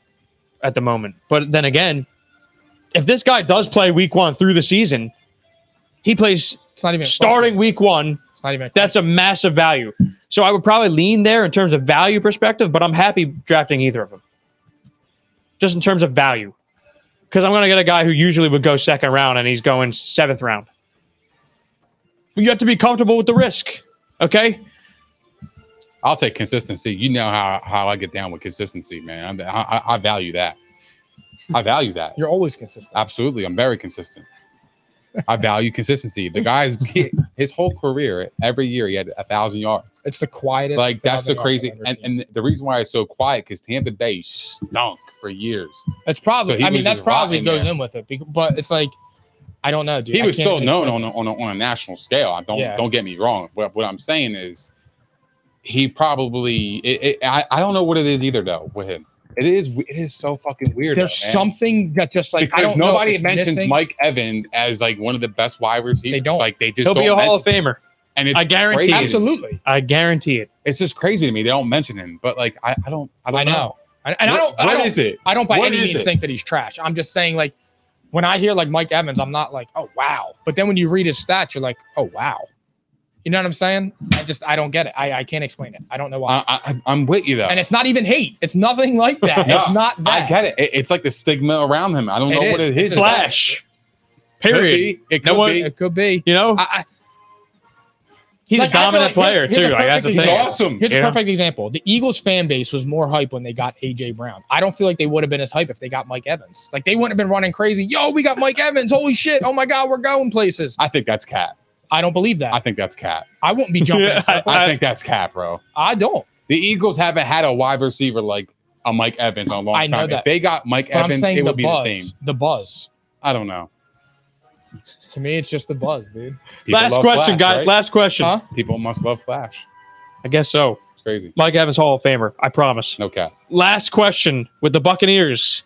C: at the moment. But then again, if this guy does play week one through the season, he plays
B: it's not even a
C: starting
B: question.
C: week one
B: It's not even. A
C: That's a massive value. So I would probably lean there in terms of value perspective, but I'm happy drafting either of them. Just in terms of value. Because I'm going to get a guy who usually would go second round and he's going seventh round. You have to be comfortable with the risk. Okay.
A: I'll take consistency. You know how how I get down with consistency, man. I'm, I, I I value that. I value that.
B: you're always consistent.
A: Absolutely, I'm very consistent. I value consistency. The guy's his whole career, every year he had a thousand yards.
B: It's the quietest.
A: Like that's the
B: phenomenon I've
A: crazy,
B: ever
A: and,
B: seen.
A: and the reason why it's so quiet because Tampa Bay stunk for years.
B: It's probably.
A: So he
B: I mean,
A: was
B: that's
A: just
B: probably
A: rotten,
B: goes
A: man.
B: in with it. bec- But it's like, I don't know, dude.
A: He
B: I
A: was
B: can't
A: still
B: even
A: known
B: explain
A: on a, on a, on a national scale. I don't
B: Yeah.
A: don't get me wrong, but what I'm saying is, he probably. It, it, I I don't know what it is either though with him. It is it is so fucking
B: it.
A: weird.
B: There's
A: though, man.
B: something that just like I
A: because
B: don't know if
A: nobody
B: it's
A: mentions
B: missing.
A: Mike Evans as like one of the best wide receivers.
B: They don't.
A: like they just
C: He'll
A: don't
C: be a Hall of
A: mention him.
C: Famer.
A: And it's
C: I guarantee
A: crazy.
C: it.
B: Absolutely.
C: I guarantee it.
A: It's just crazy to me. They don't mention him, but like I, I don't I don't
B: I know. And, and
A: What-
B: I don't. I
A: what
B: don't
A: is it?
B: I don't by
A: What
B: any
A: is
B: means
A: it?
B: think that he's trash. I'm just saying like when I hear like Mike Evans, I'm not like, oh wow. But then when you read his stats, you're like, oh wow. You know what I'm saying? I just I don't get it. I, I can't explain it. I don't know
C: Uh,
B: why.
A: I, I, I'm with you though.
B: and it's not even hate. It's nothing like that.
A: No,
B: it's not that.
A: I get it. It- It's like the stigma around him. I don't
B: It
A: know what
B: is.
A: it is.
C: Flash.
A: Could
C: Period.
A: be. It
C: No
A: could
C: one-
A: be.
B: It could be.
C: You know,
B: I, I,
C: he's
B: like,
C: a
B: I feel
C: dominant
B: like
C: player
B: here- here's
C: too.
B: a
C: Like that's the
B: perfect
C: thing.
B: example.
A: Awesome.
B: Here's
C: You
B: a
C: know?
B: perfect example. The Eagles fan base was more hype when they got AJ Brown. I don't feel like they would have been as hype if they got Mike Evans. Like they wouldn't have been running crazy. Yo, we got Mike Evans. Holy shit. Oh my God, we're going places.
A: I think that's cap.
B: I don't believe that.
A: I
B: I,
A: think that's cap.
B: wouldn't be jumping.
C: Yeah,
B: in circles.
A: I
C: I-
A: think that's cap, bro.
B: I don't.
A: The Eagles haven't had a wide receiver like a Mike Evans in a long
B: I know
A: time.
B: that.
A: If they got Mike
B: But I'm
A: Evans,
B: saying
A: it
B: the
A: would be
B: buzz.
A: the same.
B: The buzz.
A: I don't know.
B: To me, it's just the buzz, dude.
A: People
C: Last
A: love
C: question,
A: Flash,
C: guys.
A: right?
C: Last question.
B: Huh?
A: People must love Flash.
C: I guess so.
A: It's crazy.
C: Mike Evans Hall of Famer. I promise.
A: No cap.
C: Last question with the Buccaneers.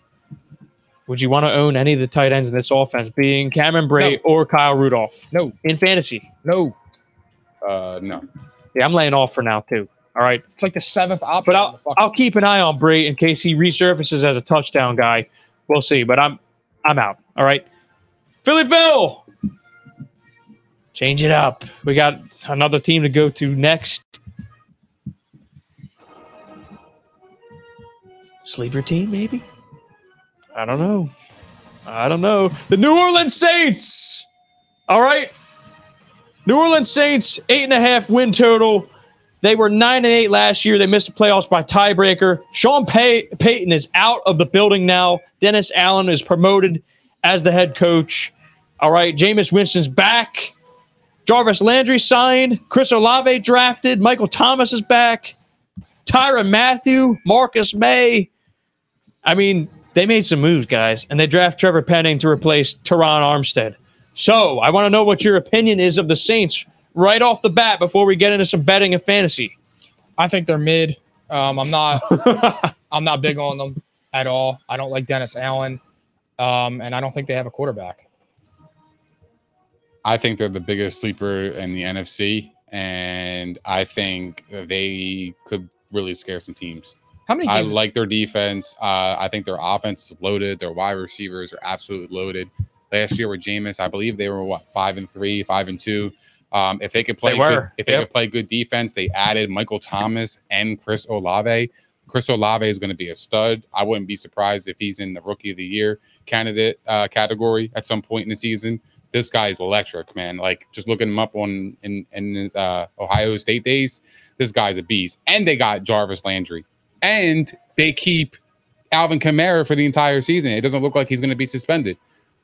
C: Would you want to own any of the tight ends in this offense, being Cameron Bray
B: No.
C: or Kyle Rudolph
B: No,
C: in fantasy?
B: no.
A: Uh, no.
C: Yeah, I'm laying off for now too. All right,
B: It's like the seventh option.
C: but
B: on
C: I'll
B: the fucking-
C: I'll keep an eye on Bray in case he resurfaces as a touchdown guy. We'll see, but I'm I'm out. All right, Philly Phil, change it up. We got another team to go to next. Sleeper team, maybe. I don't know. I don't know. The New Orleans Saints. All right. New Orleans Saints, eight and a half win total. They were nine and eight last year. They missed the playoffs by tiebreaker. Sean Pay- Payton is out of the building now. Dennis Allen is promoted as the head coach. All right, Jameis Winston's back. Jarvis Landry signed. Chris Olave drafted. Michael Thomas is back. Tyron Matthew, Marcus May. I mean, they made some moves, guys, and they draft Trevor Penning to replace Teron Armstead. So I want to know what your opinion is of the Saints right off the bat before we get into some betting and fantasy.
B: I think they're mid. Um, I'm not. I'm not big on them at all. I don't like Dennis Allen, um, and I don't think they have a quarterback.
A: I think they're the biggest sleeper in the NFC, and I think they could really scare some teams.
B: How many
A: I
B: games?
A: like their defense. Uh, I think their offense is loaded. Their wide receivers are absolutely loaded. Last year with Jameis, I believe they were what five and three, five and two. Um, if they could play,
C: They
A: good-
C: were,
A: if they
C: yep.
A: could play good defense, they added Michael Thomas and Chris Olave. Chris Olave is going to be a stud. I wouldn't be surprised if he's in the Rookie of the Year candidate uh, category at some point in the season. This guy is electric, man. Like just looking him up on in in his uh, Ohio State days, this guy's a beast. And they got Jarvis Landry, and they keep Alvin Kamara for the entire season. It doesn't look like he's going to be suspended.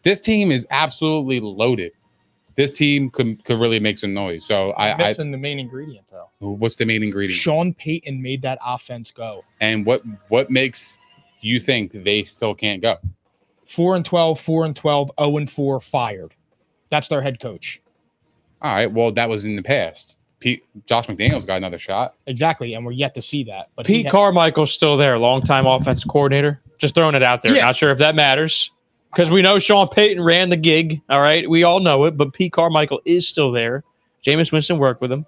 A: This team is absolutely loaded. This team could, could really make some noise. So I, I
B: missing the main ingredient though.
A: what's the main ingredient?
B: Sean Payton made that offense go
A: and what what makes you think they still can't go?
B: four and 12, 4 and 12, 0 and four fired. That's their head coach
A: All right, well that was in the past. Pete, Josh McDaniels got another shot.
B: exactly, and we're yet to see that. But he
C: Pete
B: had-
C: Carmichael's still there, longtime offensive coordinator. Just throwing it out there.
B: Yeah.
C: Not sure if that matters because we know Sean Payton ran the gig. All right, we all know it, but Pete Carmichael is still there. Jameis Winston worked with him.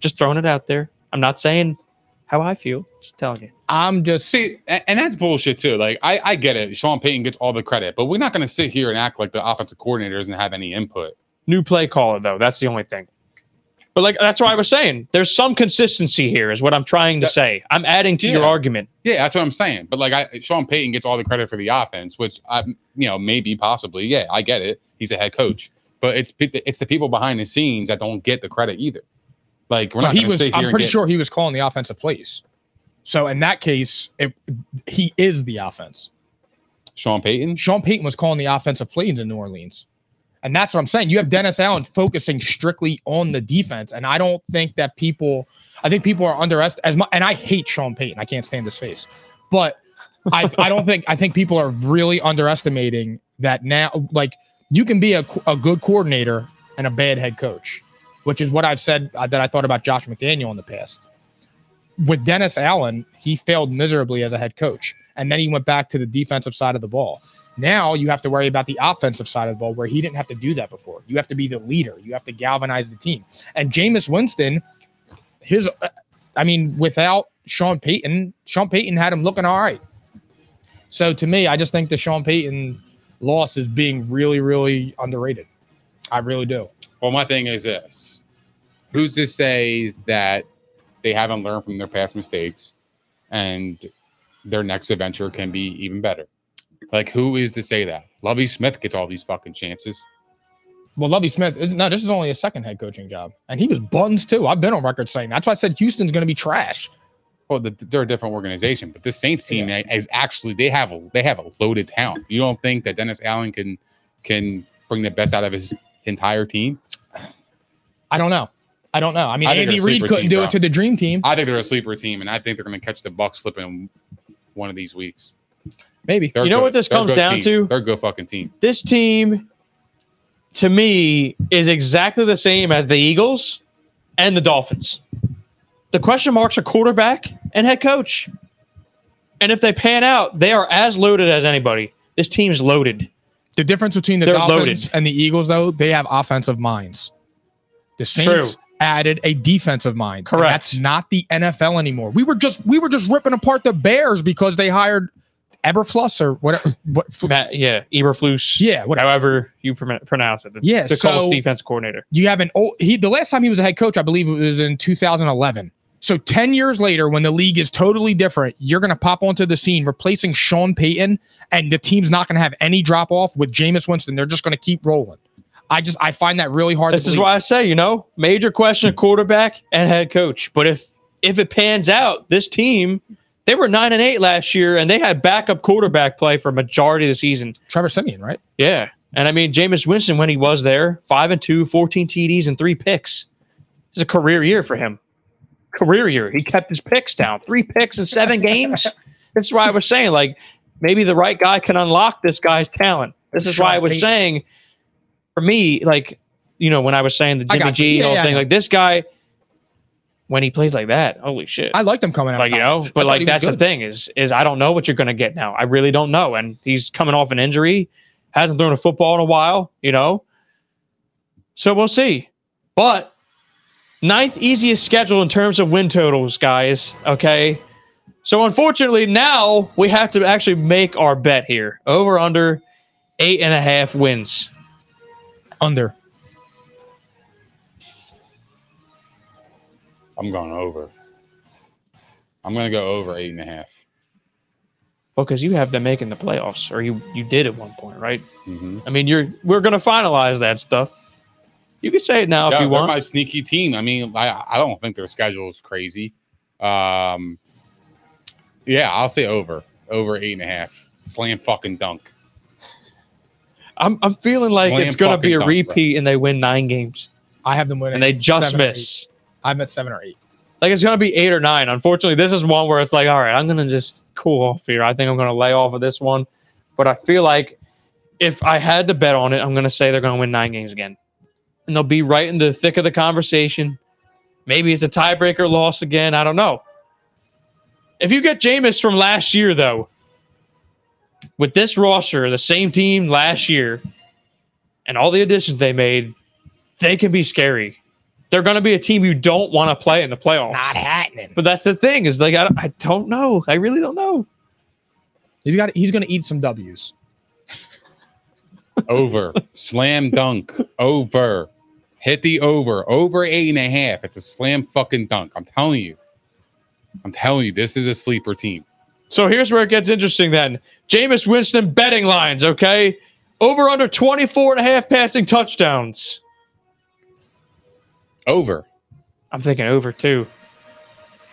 C: Just throwing it out there. I'm not saying how I feel. Just telling you.
B: I'm just
A: See, and, and that's bullshit too. Like I, I get it. Sean Payton gets all the credit, but we're not going to sit here and act like the offensive coordinator doesn't have any input.
C: New play caller though. That's the only thing. But like that's what I was saying. There's some consistency here, is what I'm trying to say. I'm adding to your
A: Yeah.
C: argument.
A: Yeah, that's what I'm saying. But like, I, Sean Payton gets all the credit for the offense, which I, you know, maybe possibly, yeah, I get it. He's a head coach, but it's pe- it's the people behind the scenes that don't get the credit either. Like, we're
B: Well,
A: not.
B: he
A: gonna
B: was.
A: sit here
B: I'm
A: and
B: pretty
A: get-
B: sure he was calling the offensive plays. So in that case, it, he is the offense.
A: Sean Payton.
B: Sean Payton was calling the offensive plays in New Orleans, and that's what I'm saying. You have Dennis Allen focusing strictly on the defense, and I don't think that people. I think people are underestimated as much, and I hate Sean Payton. I can't stand his face, but I I don't think I think people are really underestimating that now. Like you can be a co- a good coordinator and a bad head coach, which is what I've said uh, that I thought about Josh McDaniel in the past with Dennis Allen, he failed miserably as a head coach. And then he went back to the defensive side of the ball. Now you have to worry about the offensive side of the ball where he didn't have to do that before. You have to be the leader, you have to galvanize the team. And Jameis Winston, his, I mean, without Sean Payton, Sean Payton had him looking all right. So to me, I just think the Sean Payton loss is being really, really underrated. I really do.
A: Well, my thing is this: who's to say that they haven't learned from their past mistakes, and their next adventure can be even better? Like, who is to say that? Lovey Smith gets all these fucking chances.
B: Well, Lovey Smith is no. This is only his second head coaching job, and he was buns too. I've been on record saying that's why I said Houston's going to be trash.
A: Well, the, they're a different organization, but this Saints team is actually they have a, they have a loaded talent. You don't think that Dennis Allen can can bring the best out of his entire team?
B: I don't know. I don't know. I mean,
A: I think
B: Andy
A: they're a
B: Reid
A: sleeper
B: couldn't
A: team,
B: do
A: bro.
B: it to the dream team.
A: I think they're a sleeper team, and I think they're going to catch the Bucks slipping one of these weeks.
B: Maybe.
A: They're
C: You know
A: good.
C: what this
A: They're a
C: comes
A: good
C: down
A: team.
C: to?
A: They're a good fucking team.
C: This team, to me, is exactly the same as the Eagles and the Dolphins. The question marks are quarterback and head coach. And if they pan out, they are as loaded as anybody. This team's loaded.
B: The difference between the
C: They're
B: Dolphins
C: loaded.
B: and the Eagles, though, they have offensive minds. The
C: True.
B: Saints added a defensive mind. and
C: Correct.
B: That's not the NFL anymore. We were just we were just ripping apart the Bears because they hired Eberfluss or whatever. What,
C: Matt, yeah, Eberflus.
B: Yeah, whatever.
C: however you prom- pronounce it. The,
B: Yeah,
C: the Colts
B: so-
C: defense coordinator.
B: you have an old he the last time he was a head coach i believe it was in 2011 so 10 years later when the league is totally different you're going to pop onto the scene replacing sean payton and the team's not going to have any drop off with Jameis winston they're just going to keep rolling i just i find that really hard
C: This
B: to
C: is
B: believe.
C: why I say, you know, major question of quarterback and head coach. But if if it pans out, this team they were nine and eight last year, and they had backup quarterback play for majority of the season.
B: trevor simeon right
C: Yeah, and I mean Jameis Winston when he was there, five and two, 14 TDs and three picks. It's a career year for him. Career year. He kept his picks down. Three picks in seven games. This is why I was saying, like, maybe the right guy can unlock this guy's talent. This is why I
B: Sean
C: was
B: Payton.
C: saying, for me, like, you know, when I was saying the
B: I
C: Jimmy
B: got you.
C: G
B: Yeah,
C: whole
B: yeah, I
C: thing,
B: know.
C: like this guy, when he plays like that, holy shit!
B: i liked him coming out
C: like
B: of
C: you know
B: college. I
C: but
B: thought he
C: like
B: was
C: that's the
B: good.
C: thing is is i don't know what you're going to get now i really don't know and he's coming off an injury hasn't thrown a football in a while you know so we'll see but ninth easiest schedule in terms of win totals guys okay so unfortunately now we have to actually make our bet here over under eight and a half wins
B: under
A: I'm going over. I'm going to go over eight and a half.
C: because you have them making the playoffs or you you did at one point right
A: Mhm.
C: i mean you're we're going to finalize that stuff you can say it now
A: Yeah,
C: if
A: they're
C: you want
A: my sneaky team. I mean, I, I don't think their schedule is crazy. Um, yeah, I'll say over. Over eight and a half. Slam fucking dunk.
C: I'm, I'm feeling like
A: Slam
C: it's going to be
A: fucking
C: a
A: dunk,
C: repeat and they win nine games
B: i have them winning
C: and they just
B: seven or
C: miss.
B: eight. i'm at seven or eight
C: Like it's going to be eight or nine. Unfortunately, this is one where it's like, all right, I'm going to just cool off here. I think I'm going to lay off of this one. But I feel like if I had to bet on it, I'm going to say they're going to win nine games again. And they'll be right in the thick of the conversation. Maybe it's a tiebreaker loss again. I don't know. If you get Jameis from last year, though, with this roster, the same team last year, and all the additions they made, they can be scary. They're going to be a team you don't want to play in the playoffs.
B: not happening
C: But that's the thing is like I don't, I don't know. I really don't know.
B: he's got he's going to eat some w's
A: Over. Slam dunk. Over. Hit the over, over eight and a half. It's a slam fucking dunk. I'm telling you. I'm telling you, this is a sleeper team.
C: So here's where it gets interesting then. Jameis Winston betting lines, okay? Over under 24 and a half passing touchdowns.
A: Over.
C: I'm thinking over too.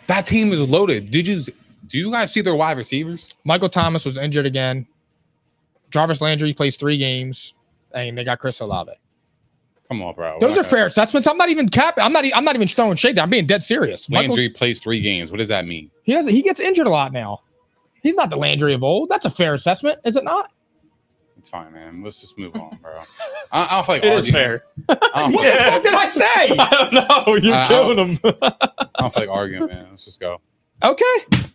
A: That team is loaded. Did you do you guys see their wide receivers?
B: Michael Thomas was injured again. Jarvis Landry plays three games, and they got Chris Olave.
A: Come on, bro.
B: Those are fair assessments. I'm not even capping. I'm not. e- I'm not even throwing shade. There. I'm being dead serious. Michael,
A: Landry plays three games. What does that mean?
B: he doesn't. He gets injured a lot now. He's not the Landry of old. That's a fair assessment, is it not?
A: It's fine, man. Let's just move on, bro. I, I don't feel like
C: It is
A: arguing.
C: fair.
A: I don't, feel
B: What
A: like-
B: the fuck did I say?
C: I don't know. You're
A: I- I
C: killing him.
A: I don't feel like arguing, man. Let's just go.
B: Okay.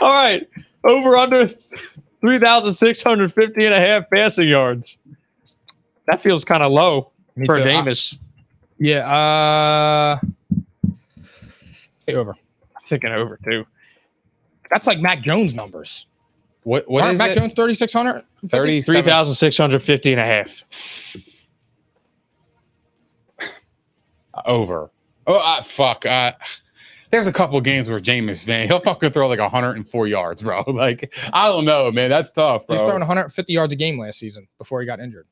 C: All right. Over under 3,650 and a half passing yards. That feels kind of low
B: Me
C: for
B: too. I-
C: Jameis.
B: Yeah. Uh. Hey, over.
C: I'm thinking over too.
B: That's like Mac Jones numbers.
A: What what
B: Aren't
A: is
B: Mac
A: it?
B: Jones 3600?
A: 30,
C: 3,650 and a half.
A: over. Oh uh, fuck. Uh, there's a couple games where Jameis, man, he'll fucking throw like 104 yards, bro. Like I don't know, man. That's tough, bro.
B: He's throwing 150 yards a game last season before he got injured.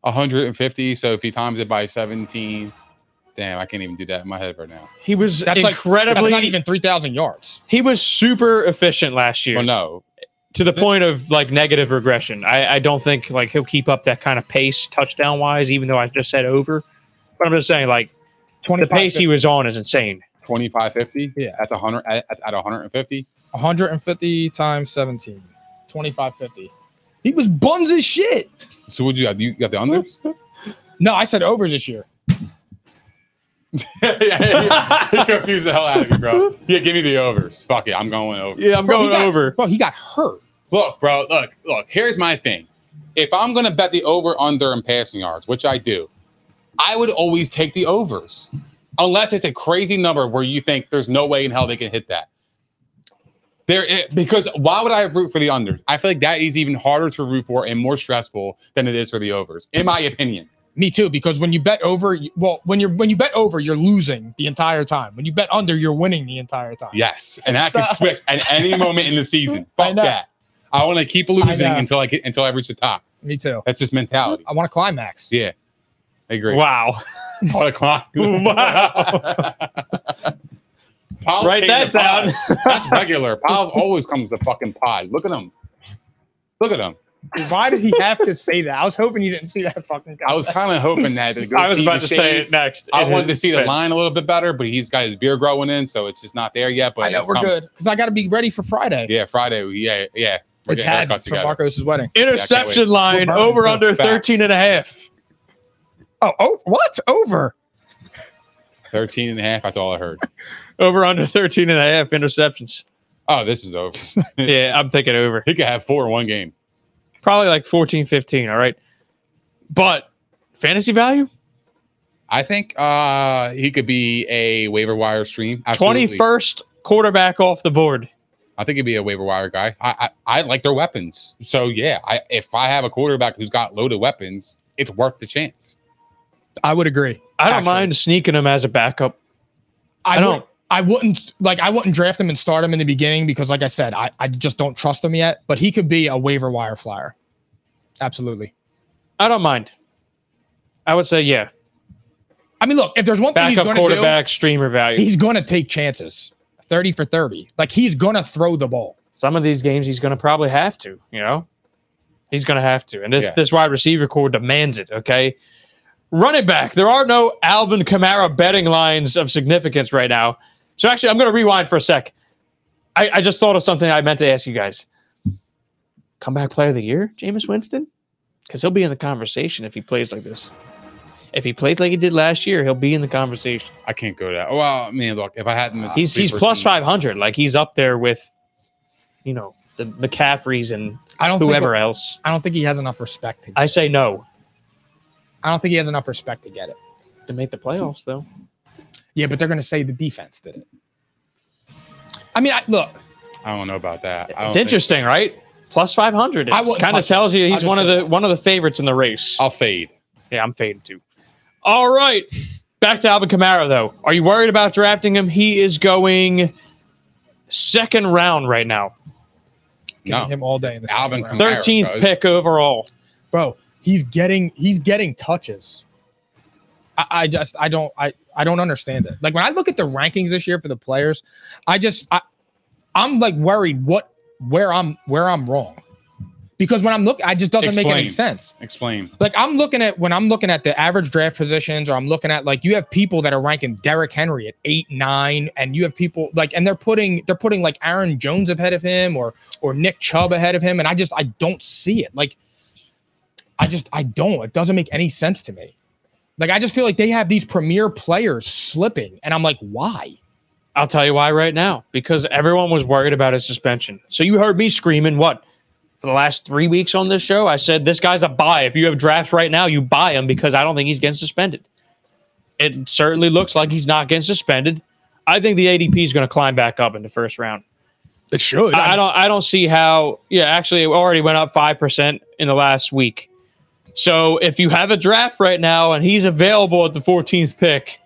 A: 150. So if he times it by 17, damn, I can't even do that in my head right now.
C: He was
B: That's like-
C: incredibly.
B: That's not even 3,000 yards.
C: he was super efficient last year
A: Well, no,
C: to the point of like negative regression. I, I don't think like he'll keep up that kind of pace touchdown wise, even though I just said over. But I'm just saying like the
B: 25,
C: pace he was on is insane.
A: 25, 50.
B: Yeah.
A: that's 100 at, at 150.
B: 150 times 17. 2550. He was buns as shit.
A: So would you have? You got the unders?
B: No, I said overs this year.
A: yeah, yeah, yeah. He confused the hell out of me, bro. Yeah, give me the overs. Fuck it, I'm going over.
C: Yeah, I'm
B: Bro, he
C: going
B: got-
C: over.
B: Bro, he got hurt.
A: Look, bro, look, look. Here's my thing. If I'm gonna bet the over under in passing yards, which I do, I would always take the overs, unless it's a crazy number where you think there's no way in hell they can hit that. There, i- because why would I root for the unders? I feel like that is even harder to root for and more stressful than it is for the overs, in my opinion.
B: Me too, because when you bet over, you- well, when you're when you bet over, you're losing the entire time. When you bet under, you're winning the entire time.
A: Yes, and that can switch at any moment in the season.
B: I
A: Fuck
B: know.
A: that. I want to keep losing
B: know.
A: until I get, until I reach the top.
B: Me too.
A: That's just mentality.
B: I want a climax.
A: Yeah, I agree.
C: Wow.
A: What a clock.
C: Wow.
A: Paul's
C: Write
A: king
C: that
A: of pies. That's regular. Piles always comes to fucking pie. Look at him. Look at him.
B: Why did he have to say that? I was hoping you didn't see that fucking guy.
A: I was kind of hoping that.
C: I was about to say it
A: Now.
C: next.
A: I
C: in
A: wanted to
C: his
A: see the
C: defense.
A: line a little bit better, but he's got his beer growing in, so it's just not there yet. But
B: I know
A: it's
B: we're
A: coming.
B: good because I got to be ready for Friday.
A: Yeah, Friday. Yeah, yeah. We're
B: it's
A: getting
B: had
A: haircuts
B: for
A: together.
B: Marcos' wedding.
C: Interception line
B: We're burning
C: over
B: some
C: under
A: facts.
C: 13 and a half.
B: Oh, oh, what? Over.
A: 13 and a half. That's all I heard.
C: Over under 13 and a half interceptions.
A: Oh, this is over.
C: Yeah, I'm thinking over.
A: He could have four in one game.
C: probably like 14, 15. All right. But fantasy value,
A: I think uh he could be a waiver wire stream. Absolutely.
C: 21st quarterback off the board.
A: I think he'd be a waiver wire guy. I, I I like their weapons. So yeah, I if I have a quarterback who's got loaded weapons, it's worth the chance.
B: I would agree.
C: I don't
B: Actually.
C: mind sneaking him as a backup.
B: I,
C: I don't-
B: don't. I wouldn't like. I wouldn't draft him and start him in the beginning because, like I said, I, I just don't trust him yet. But he could be a waiver wire flyer. Absolutely.
C: I don't mind. I would say, yeah,
B: I mean, look. If there's one thing he's
C: backup
B: going to
C: quarterback, streamer
B: do,
C: value.
B: he's going to take chances. Thirty for thirty. Like he's going to throw the ball.
C: Some of these games he's going to probably have to, you know? He's going to have to. And this,
A: Yeah.
C: this wide receiver core demands it, okay? Running back, there are no Alvin Kamara betting lines of significance right now. So actually, I'm going to rewind for a sec. I, I just thought of something I meant to ask you guys. Comeback player of the year, Jameis Winston? Because he'll be in the conversation if he plays like this. If he plays like he did last year, he'll be in the conversation.
A: I can't go to that. Well, I mean, look, if I hadn't
C: He's he's plus five hundred. Like he's up there with, you know, the McCaffreys and
B: I don't.
C: whoever
B: Think,
C: else.
B: I don't think he has enough respect. To,
C: I say no
B: I don't think he has enough respect to get it.
C: to make the playoffs, though.
B: Yeah, but they're going to say the defense did it. I mean, I, look.
A: I don't know about that. I don't
C: It's
A: think-
C: interesting, right? Plus five hundred.
B: I
C: It
B: wouldn't
C: kind of
B: touch it.
C: tells you
B: I'll
C: he's
B: just
C: one of
B: say
C: the one of the favorites in the race.
A: I'll fade.
C: Yeah, I'm fading too. All right. Back to Alvin Kamara, though. Are you worried about drafting him? He is going second round right now,
B: Getting
A: No.
B: him all day. In the second
A: Alvin
B: round.
A: Kamara,
C: 13th
A: bro.
C: pick overall.
B: bro. He's getting he's getting touches. I, I just I don't I I don't understand it. Like when I look at the rankings this year for the players, I just I I'm like worried what where I'm where I'm wrong because when I'm looking, I just doesn't make any
A: Explain.
B: sense
A: Explain.
B: like I'm looking at when I'm looking at the average draft positions, or I'm looking at like you have people that are ranking Derrick Henry at eight, nine, and you have people like and they're putting they're putting like Aaron Jones ahead of him or or Nick Chubb ahead of him, and I just I don't see it. Like I just I don't. It doesn't make any sense to me. Like I just feel like they have these premier players slipping, and I'm like, why?
C: I'll tell you why right now because everyone was worried about his suspension. So you heard me screaming what for the last three weeks on this show. I said this guy's a buy. If you have drafts right now, you buy him because I don't think he's getting suspended. It certainly looks like he's not getting suspended. I think the ADP is going to climb back up in the first round.
B: It should.
C: I, I don't. I don't see how. Yeah, actually, it already went up five percent in the last week. So if you have a draft right now and he's available at the 14th pick,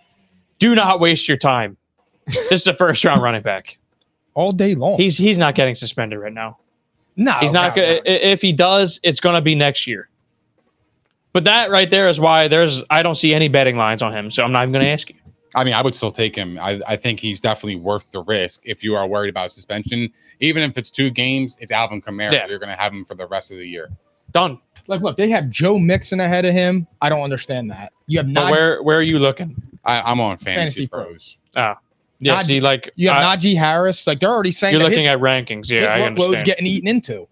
C: do not waste your time. this is a first round running back.
B: all day long.
C: He's he's not getting suspended right now.
B: no,
C: He's not
B: Oh, no,
C: gonna.
B: no.
C: i If he does, it's gonna be next year. But that right there is why there's. I don't see any betting lines on him, so I'm not even gonna ask you.
A: I mean, I would still take him. I, I think he's definitely worth the risk if you are worried about suspension. Even if it's two games, it's Alvin Kamara.
C: Yeah.
A: You're going to have him for the rest of the year.
C: Done.
B: Like, look, they have Joe Mixon ahead of him. I don't understand that. You have
C: But
B: not.
C: where where are you looking?
A: I, I'm on Fantasy,
B: Fantasy Pro.
A: Pros.
C: Yeah,
B: Naj-
C: see, like
B: You have
C: I-
B: Najee Harris. Like they're already saying
C: you're
B: that
C: looking
B: his,
C: at rankings. Yeah, I
B: his workload's
C: understand.
B: getting eaten into.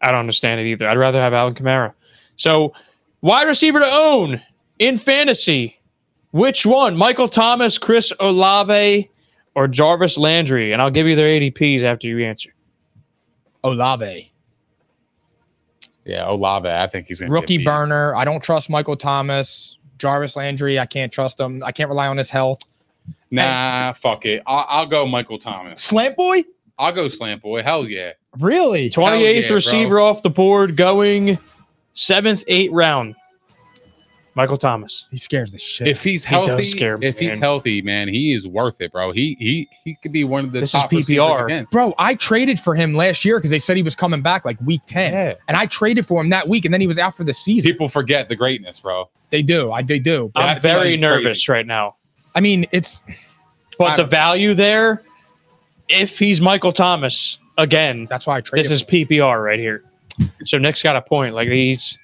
C: I don't understand it either. I'd rather have Alvin Kamara. So, wide receiver to own in fantasy. Which one? Michael Thomas, Chris Olave, or Jarvis Landry? And I'll give you their ADPs after you answer.
B: Olave,
A: Yeah, Olave. I think he's going to
B: rookie burner. I don't trust Michael Thomas. Jarvis Landry, I can't trust him. I can't rely on his health.
A: Nah, fuck it. I'll, I'll go Michael Thomas.
B: Slant boy,
A: I'll go Slant Boy. Hell yeah.
B: really?
C: 28th
A: yeah, bro.
C: receiver off the board, going seventh, eighth round. Michael Thomas.
B: He scares the shit.
A: If he's
C: He does
A: healthy,
C: scare me,
A: if he's
C: man.
A: healthy, man, he is worth it, bro. He he he could be one of the
C: This is
A: top receivers
C: PPR.
A: again.
B: Bro, I traded for him last year because they said he was coming back like week 10.
A: Yeah.
B: And I traded for him that week and then he was out for the season.
A: People forget the greatness, bro.
B: They do. I they do. But,
C: I'm
A: That's like
C: very
A: crazy.
C: nervous right now.
B: I mean, it's
C: But the value there, if he's Michael Thomas again,
B: that's why I traded.
C: This is
B: for him.
C: PPR right here. So Nick's got a point. Like he's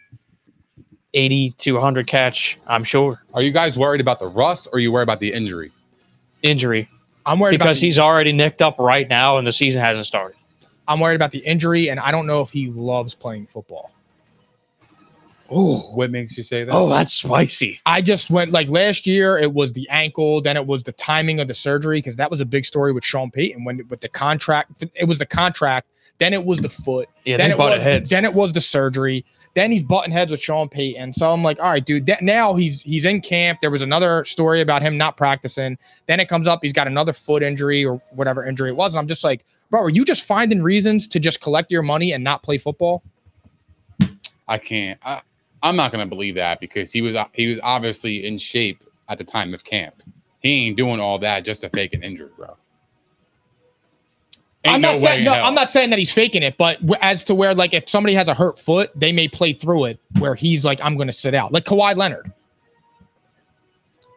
C: 80 to 100 catch, I'm sure.
A: Are you guys worried about the rust or are you worried about the injury?
C: Injury
B: I'm worried about
C: because
B: the-
C: he's already nicked up right now and the season hasn't started.
B: I'm worried about the injury and I don't know if he loves playing football.
A: What makes you say that?
C: Oh, that's spicy.
B: I just went like last year. It was the ankle, then it was the timing of the surgery because that was a big story with Sean Payton when with the contract. It was the contract. Then it was the foot.
C: Yeah,
B: then
C: they
B: it
C: butted
B: was
C: heads.
B: then it was the surgery. Then he's butting heads with Sean Payton. So I'm like, all right, dude. That, now he's he's in camp. There was another story about him not practicing. Then it comes up he's got another foot injury or whatever injury it was. And I'm just like, bro, are you just finding reasons to just collect your money and not play football?
A: I can't. I, I'm not gonna believe that because he was he was obviously in shape at the time of camp. He ain't doing all that just to fake an injury, bro. Ain't
B: I'm
A: no
B: not
A: way
B: saying
A: in
B: no,
A: hell.
B: I'm not saying that he's faking it, but w- as to where like if somebody has a hurt foot, they may play through it where he's like, I'm gonna sit out. Like Kawhi Leonard.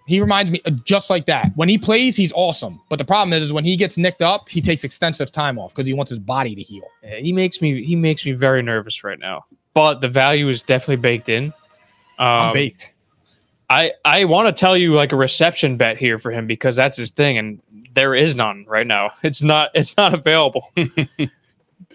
B: He reminds me uh, just like that. When he plays, he's awesome. But the problem is, is when he gets nicked up, he takes extensive time off because he wants his body to heal.
C: Yeah, he makes me he makes me very nervous right now. But the value is definitely baked in.
B: I'm
C: Um,
B: baked.
C: I I want to tell you like a reception bet here for him because that's his thing, and there is none right now. It's not it's not available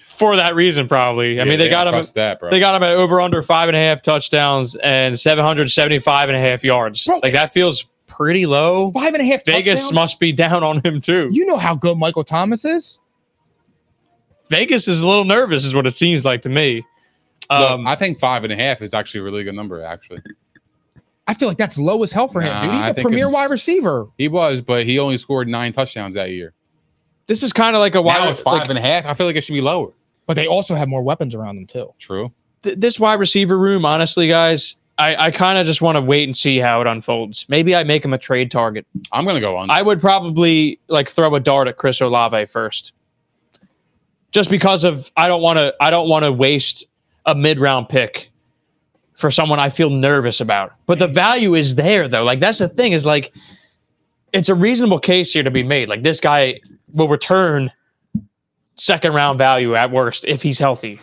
C: for that reason. Probably. I
A: Yeah,
C: mean, they,
A: don't
C: got him.
A: trust that, bro.
C: They got him at over under five and a half touchdowns and 775 and a half yards.
B: Bro,
C: like that feels pretty low.
B: Five and a half.
C: Vegas
B: touchdowns?
C: must be down on him too.
B: You know how good Michael Thomas is.
C: Vegas is a little nervous, is what it seems like to me.
A: Look,
C: Um,
A: I think five and a half is actually a really good number. Actually,
B: I feel like that's low as hell for
A: Nah,
B: him, dude.
A: I
B: He's a
A: think
B: premier
A: it's-
B: wide receiver.
A: he was, but he only scored nine touchdowns that year.
C: this is kind of like a
A: Wow,
C: wide.
A: now it's five
C: like,
A: and a half. I feel like it should be lower.
B: But they also have more weapons around them too.
A: True.
C: th- this wide receiver room, honestly, guys, I, I kind of just want to wait and see how it unfolds. Maybe I make him a trade target.
A: I'm gonna go on.
C: I would probably like throw a dart at Chris Olave first, just because of I don't want to I don't want to waste a mid round pick for someone I feel nervous about. But the value is there though. Like that's the thing is like it's a reasonable case here to be made. Like this guy will return second round value at worst if he's healthy.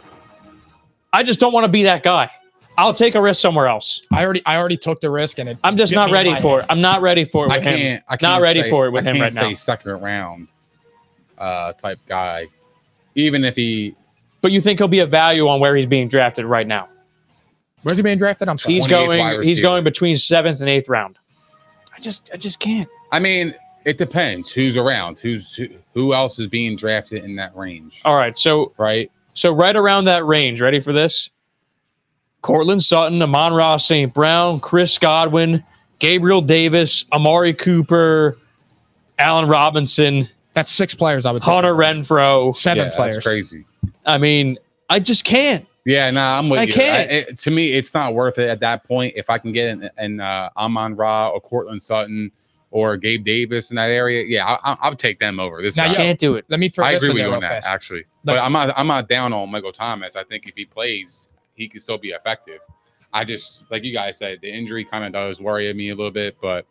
C: I just don't want to be that guy. I'll take a risk somewhere else.
B: I already I already took the risk and it
C: I'm just
B: bit
C: not
B: me in
C: ready
B: my
C: for it.
B: ass.
C: I'm not ready for it with
A: I can't.
C: him.
A: I can't
C: not ready
A: say-
C: for it with
A: I
C: him
A: can't
C: right
A: say
C: now.
A: Second round, uh, type guy. Even if he,
C: But you think he'll be a value on where he's being drafted right now?
B: Where's he being drafted? I'm sorry.
C: He's
A: 28 wide
C: going. He's
A: receiver.
C: going between seventh and eighth round. I just, I just can't.
A: I mean, it depends who's around, who's who, who else is being drafted in that range,
C: All right. So,
A: right?
C: so right around that range. Ready for this? Cortland Sutton, Amon Ross, St. Brown, Chris Godwin, Gabriel Davis, Amari Cooper, Allen Robinson,
B: That's six players I would take.
C: Hunter Renfro.
B: Seven
A: yeah,
B: players.
A: That's crazy.
C: I mean, I just can't.
A: Yeah, nah, I'm with
C: I
A: you.
C: can't.
A: it, to me, it's not worth it at that point. If I can get an, an uh, Amon Ra or Cortland Sutton or Gabe Davis in that area, yeah, I, I, I'll take them over this
B: Now,
C: I
A: guy.
B: yeah,
C: can't do it.
B: Let me throw
A: I
B: this
A: agree
B: in
A: with
B: there
A: you
B: real
A: on that
B: fast.
A: actually,
B: Like-
A: but I'm not I'm not down on Michael Thomas. I think if he plays, he can still be effective. I just like you guys said, the injury kind of does worry me a little bit, but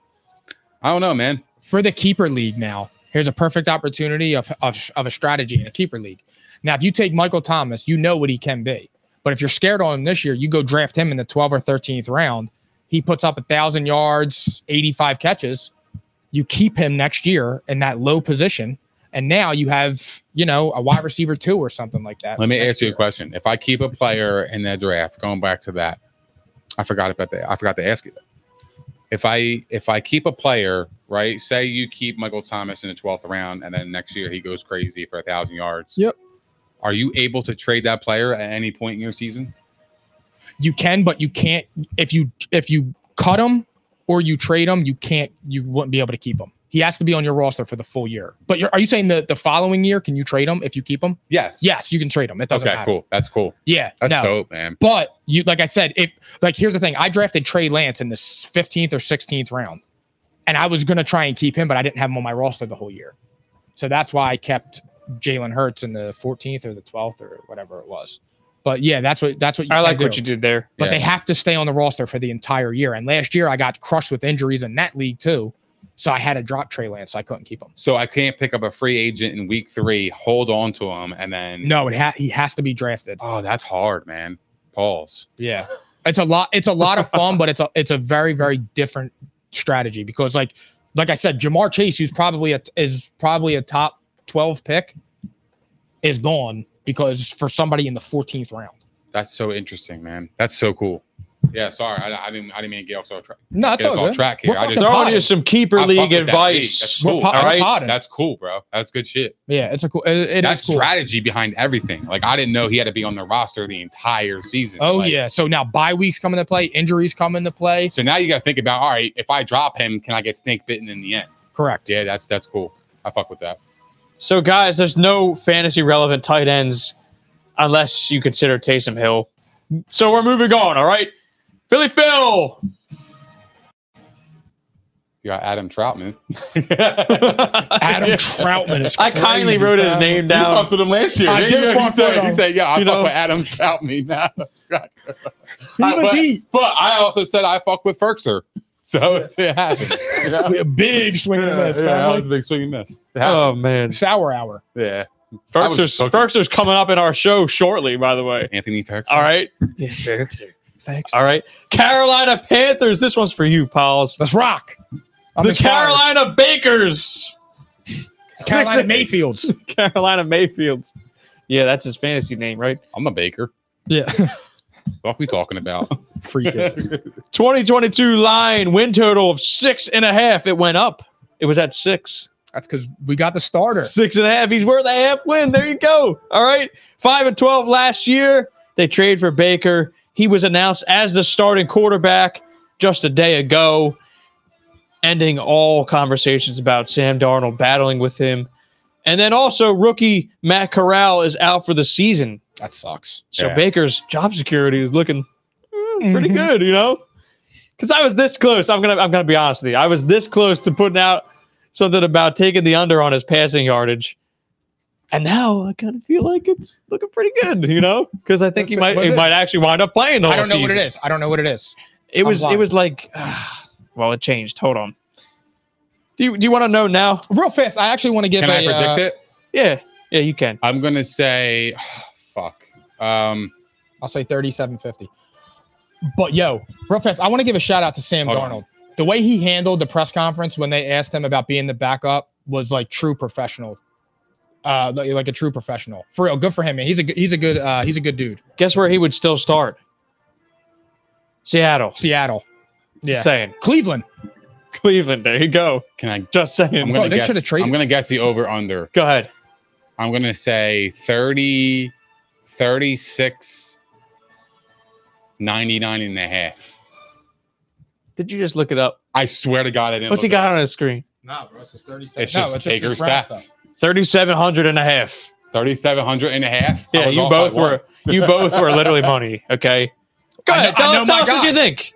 A: I don't know, man.
B: for the keeper league now. Here's a perfect opportunity of, of, of a strategy in a keeper league. Now, if you take Michael Thomas, you know what he can be. But if you're scared on him this year, you go draft him in the 12th or 13th round. He puts up a thousand yards, 85 catches. You keep him next year in that low position. And now you have, you know, a wide receiver two or something like that.
A: Let me
B: next
A: ask you a
B: year.
A: question. If I keep a player in that draft, going back to that, I forgot about that. I forgot to ask you that. If I if I keep a player, right? Say you keep Michael Thomas in the twelfth round, and then next year he goes crazy for a thousand yards.
B: Yep.
A: Are you able to trade that player at any point in your season?
B: You can, but you can't if you if you cut him or you trade him, you can't you wouldn't be able to keep him. He has to be on your roster for the full year. But you're, are you saying the the following year can you trade him if you keep him?
A: Yes.
B: Yes, you can trade him. It doesn't
A: Okay.
B: matter.
A: Cool. That's cool.
B: Yeah,
A: That's
B: no.
A: dope, man.
B: But you like I said, it like here's the thing. I drafted Trey Lance in the s- 15th or 16th round. And I was gonna try and keep him, but I didn't have him on my roster the whole year. So that's why I kept Jalen Hurts in the 14th or the 12th or whatever it was. But yeah, that's what that's what you
C: I
B: can
C: like what
B: do
C: you did there.
B: but they
A: Yeah.
B: have to stay on the roster for the entire year. And last year I got crushed with injuries in that league too. So I had to drop Trey Lance. So I couldn't keep him.
A: So I can't pick up a free agent in week three, hold on to him, and then
B: No, it ha- he has to be drafted.
A: Oh, that's hard, man. Pause.
B: Yeah. It's a lot it's a lot of fun, but it's a it's a very very different strategy because like like I said Jamar Chase who's probably a is probably a top 12 pick is gone because for somebody in the 14th round.
A: That's so interesting, man. That's so cool. Yeah, sorry, I, I didn't. I didn't mean to get off track.
B: No, it's
A: Get us
B: all
A: off
B: good.
A: track
B: We're
A: here. I
B: fucking
A: just
C: Throwing
B: potted.
C: you some keeper
A: I fuck
C: league
A: with that league.
C: advice.
A: That's cool.
B: We're po-
A: all
B: we're
A: right,
B: potted.
A: that's cool, bro. That's good shit.
B: Yeah, it's a cool it, it
A: that's
B: is cool.
A: strategy behind everything. Like I didn't know he had to be on the roster the entire season.
B: Oh
A: Like,
B: yeah. So now bye weeks come into play, injuries come into play.
A: So now you got to think about all right. If I drop him, can I get snake bitten in the end?
B: Correct.
A: Yeah, that's that's cool. I fuck with that.
C: So, guys, there's no fantasy relevant tight ends unless you consider Taysom Hill. So we're moving on. All right, Philly Phil.
A: You got Adam Troutman.
B: Adam
C: Adam.
B: Troutman is.
C: I kindly
B: crazy,
C: wrote his
B: pal.
C: name
A: You
C: down.
A: fucked with him last year.
B: Um, I
A: didn't
B: did
A: you?
B: fuck
A: He said,
B: with
A: he
B: him.
A: said, "Yeah, I
B: You
A: fuck
B: know?
A: with Adam Troutman now."
B: was
A: but,
B: he?
A: but I also said I fuck with Ferkser. So it's, it happened. you know?
B: A big swing and a miss.
A: yeah, that
B: family. Oh.
A: was a big swing and miss. It
C: Oh
A: happens.
C: man,
B: Sour hour.
A: Yeah. I was
C: Ferkser's,
A: joking.
C: Ferkser's coming up in our show shortly. By the way,
A: Anthony Ferguson.
C: all right.
B: Thanks.
C: All right, Carolina Panthers. This one's for you, Pauls.
B: Let's rock. I'm
C: the
B: inspired.
C: Carolina Bakers.
B: Carolina
C: Six-
B: Mayfields.
C: Carolina Mayfields. Yeah, that's his fantasy name, right?
A: I'm a baker.
B: yeah.
A: What are we talking about?
B: Freak it.
C: 2022 line win total of six and a half. It went up. It was at six.
B: That's because we got the starter.
C: Six and a half. He's worth a half win. There you go. All right. Five and 12 last year. They trade for Baker. He was announced as the starting quarterback just a day ago, ending all conversations about Sam Darnold battling with him. And then also, rookie Matt Corral is out for the season.
B: That sucks.
C: So
A: Yeah.
B: Mm-hmm.
C: Baker's job security is looking mm, pretty good, you know? because I was this close. I'm gonna I'm gonna be honest with you. I was this close to putting out something about taking the under on his passing yardage. And now I kind of feel like it's looking pretty good, you know, because I think he
B: Was
C: might
B: it-
C: he
B: was it-
C: might actually wind up playing the whole
B: I don't know what
C: season.
B: it is. I don't know what it is.
C: It was it
B: blind.
C: was like, ah, well, it changed. Hold on. Do you do you want to know now?
B: Real fast, I actually want to give
A: Can
B: a.
A: I predict it?
C: Yeah, yeah, you can.
A: I'm gonna say, fuck. Um,
B: uh, I'll say 3750. But yo, real fast, I want to give a shout out to Sam
A: Hold on.
B: Darnold. The way he handled the press conference when they asked him about being the backup was like true professional. Uh like, like a true professional. For real, good for him, man. He's a good- he's a good uh he's a good dude.
C: Guess where he would still start? Seattle.
B: Seattle. Yeah.
C: Saying
B: Cleveland.
C: Cleveland. There you go.
A: can I?
C: Just saying.
A: I'm gonna
B: Oh, they
A: guess.
B: should've traded-
A: I'm gonna guess the over under.
C: go ahead.
A: I'm gonna say 30, 36, 99 and a half.
C: Did you just look it up?
A: I swear to God, I didn't.
C: What's he
A: look it
C: got
A: up.
C: on his screen?
B: No, bro, it's just 37.
A: It's just Baker's stats.
C: 3,700 and a half.
A: 3,700 and a half. I
C: Yeah,
A: was
C: you
A: off by
C: both
A: one.
C: were you both were literally money. Okay. Go
B: I
C: ahead.
B: know- I
C: tell
B: know
C: tell
B: my
C: us what
B: guy.
C: you think.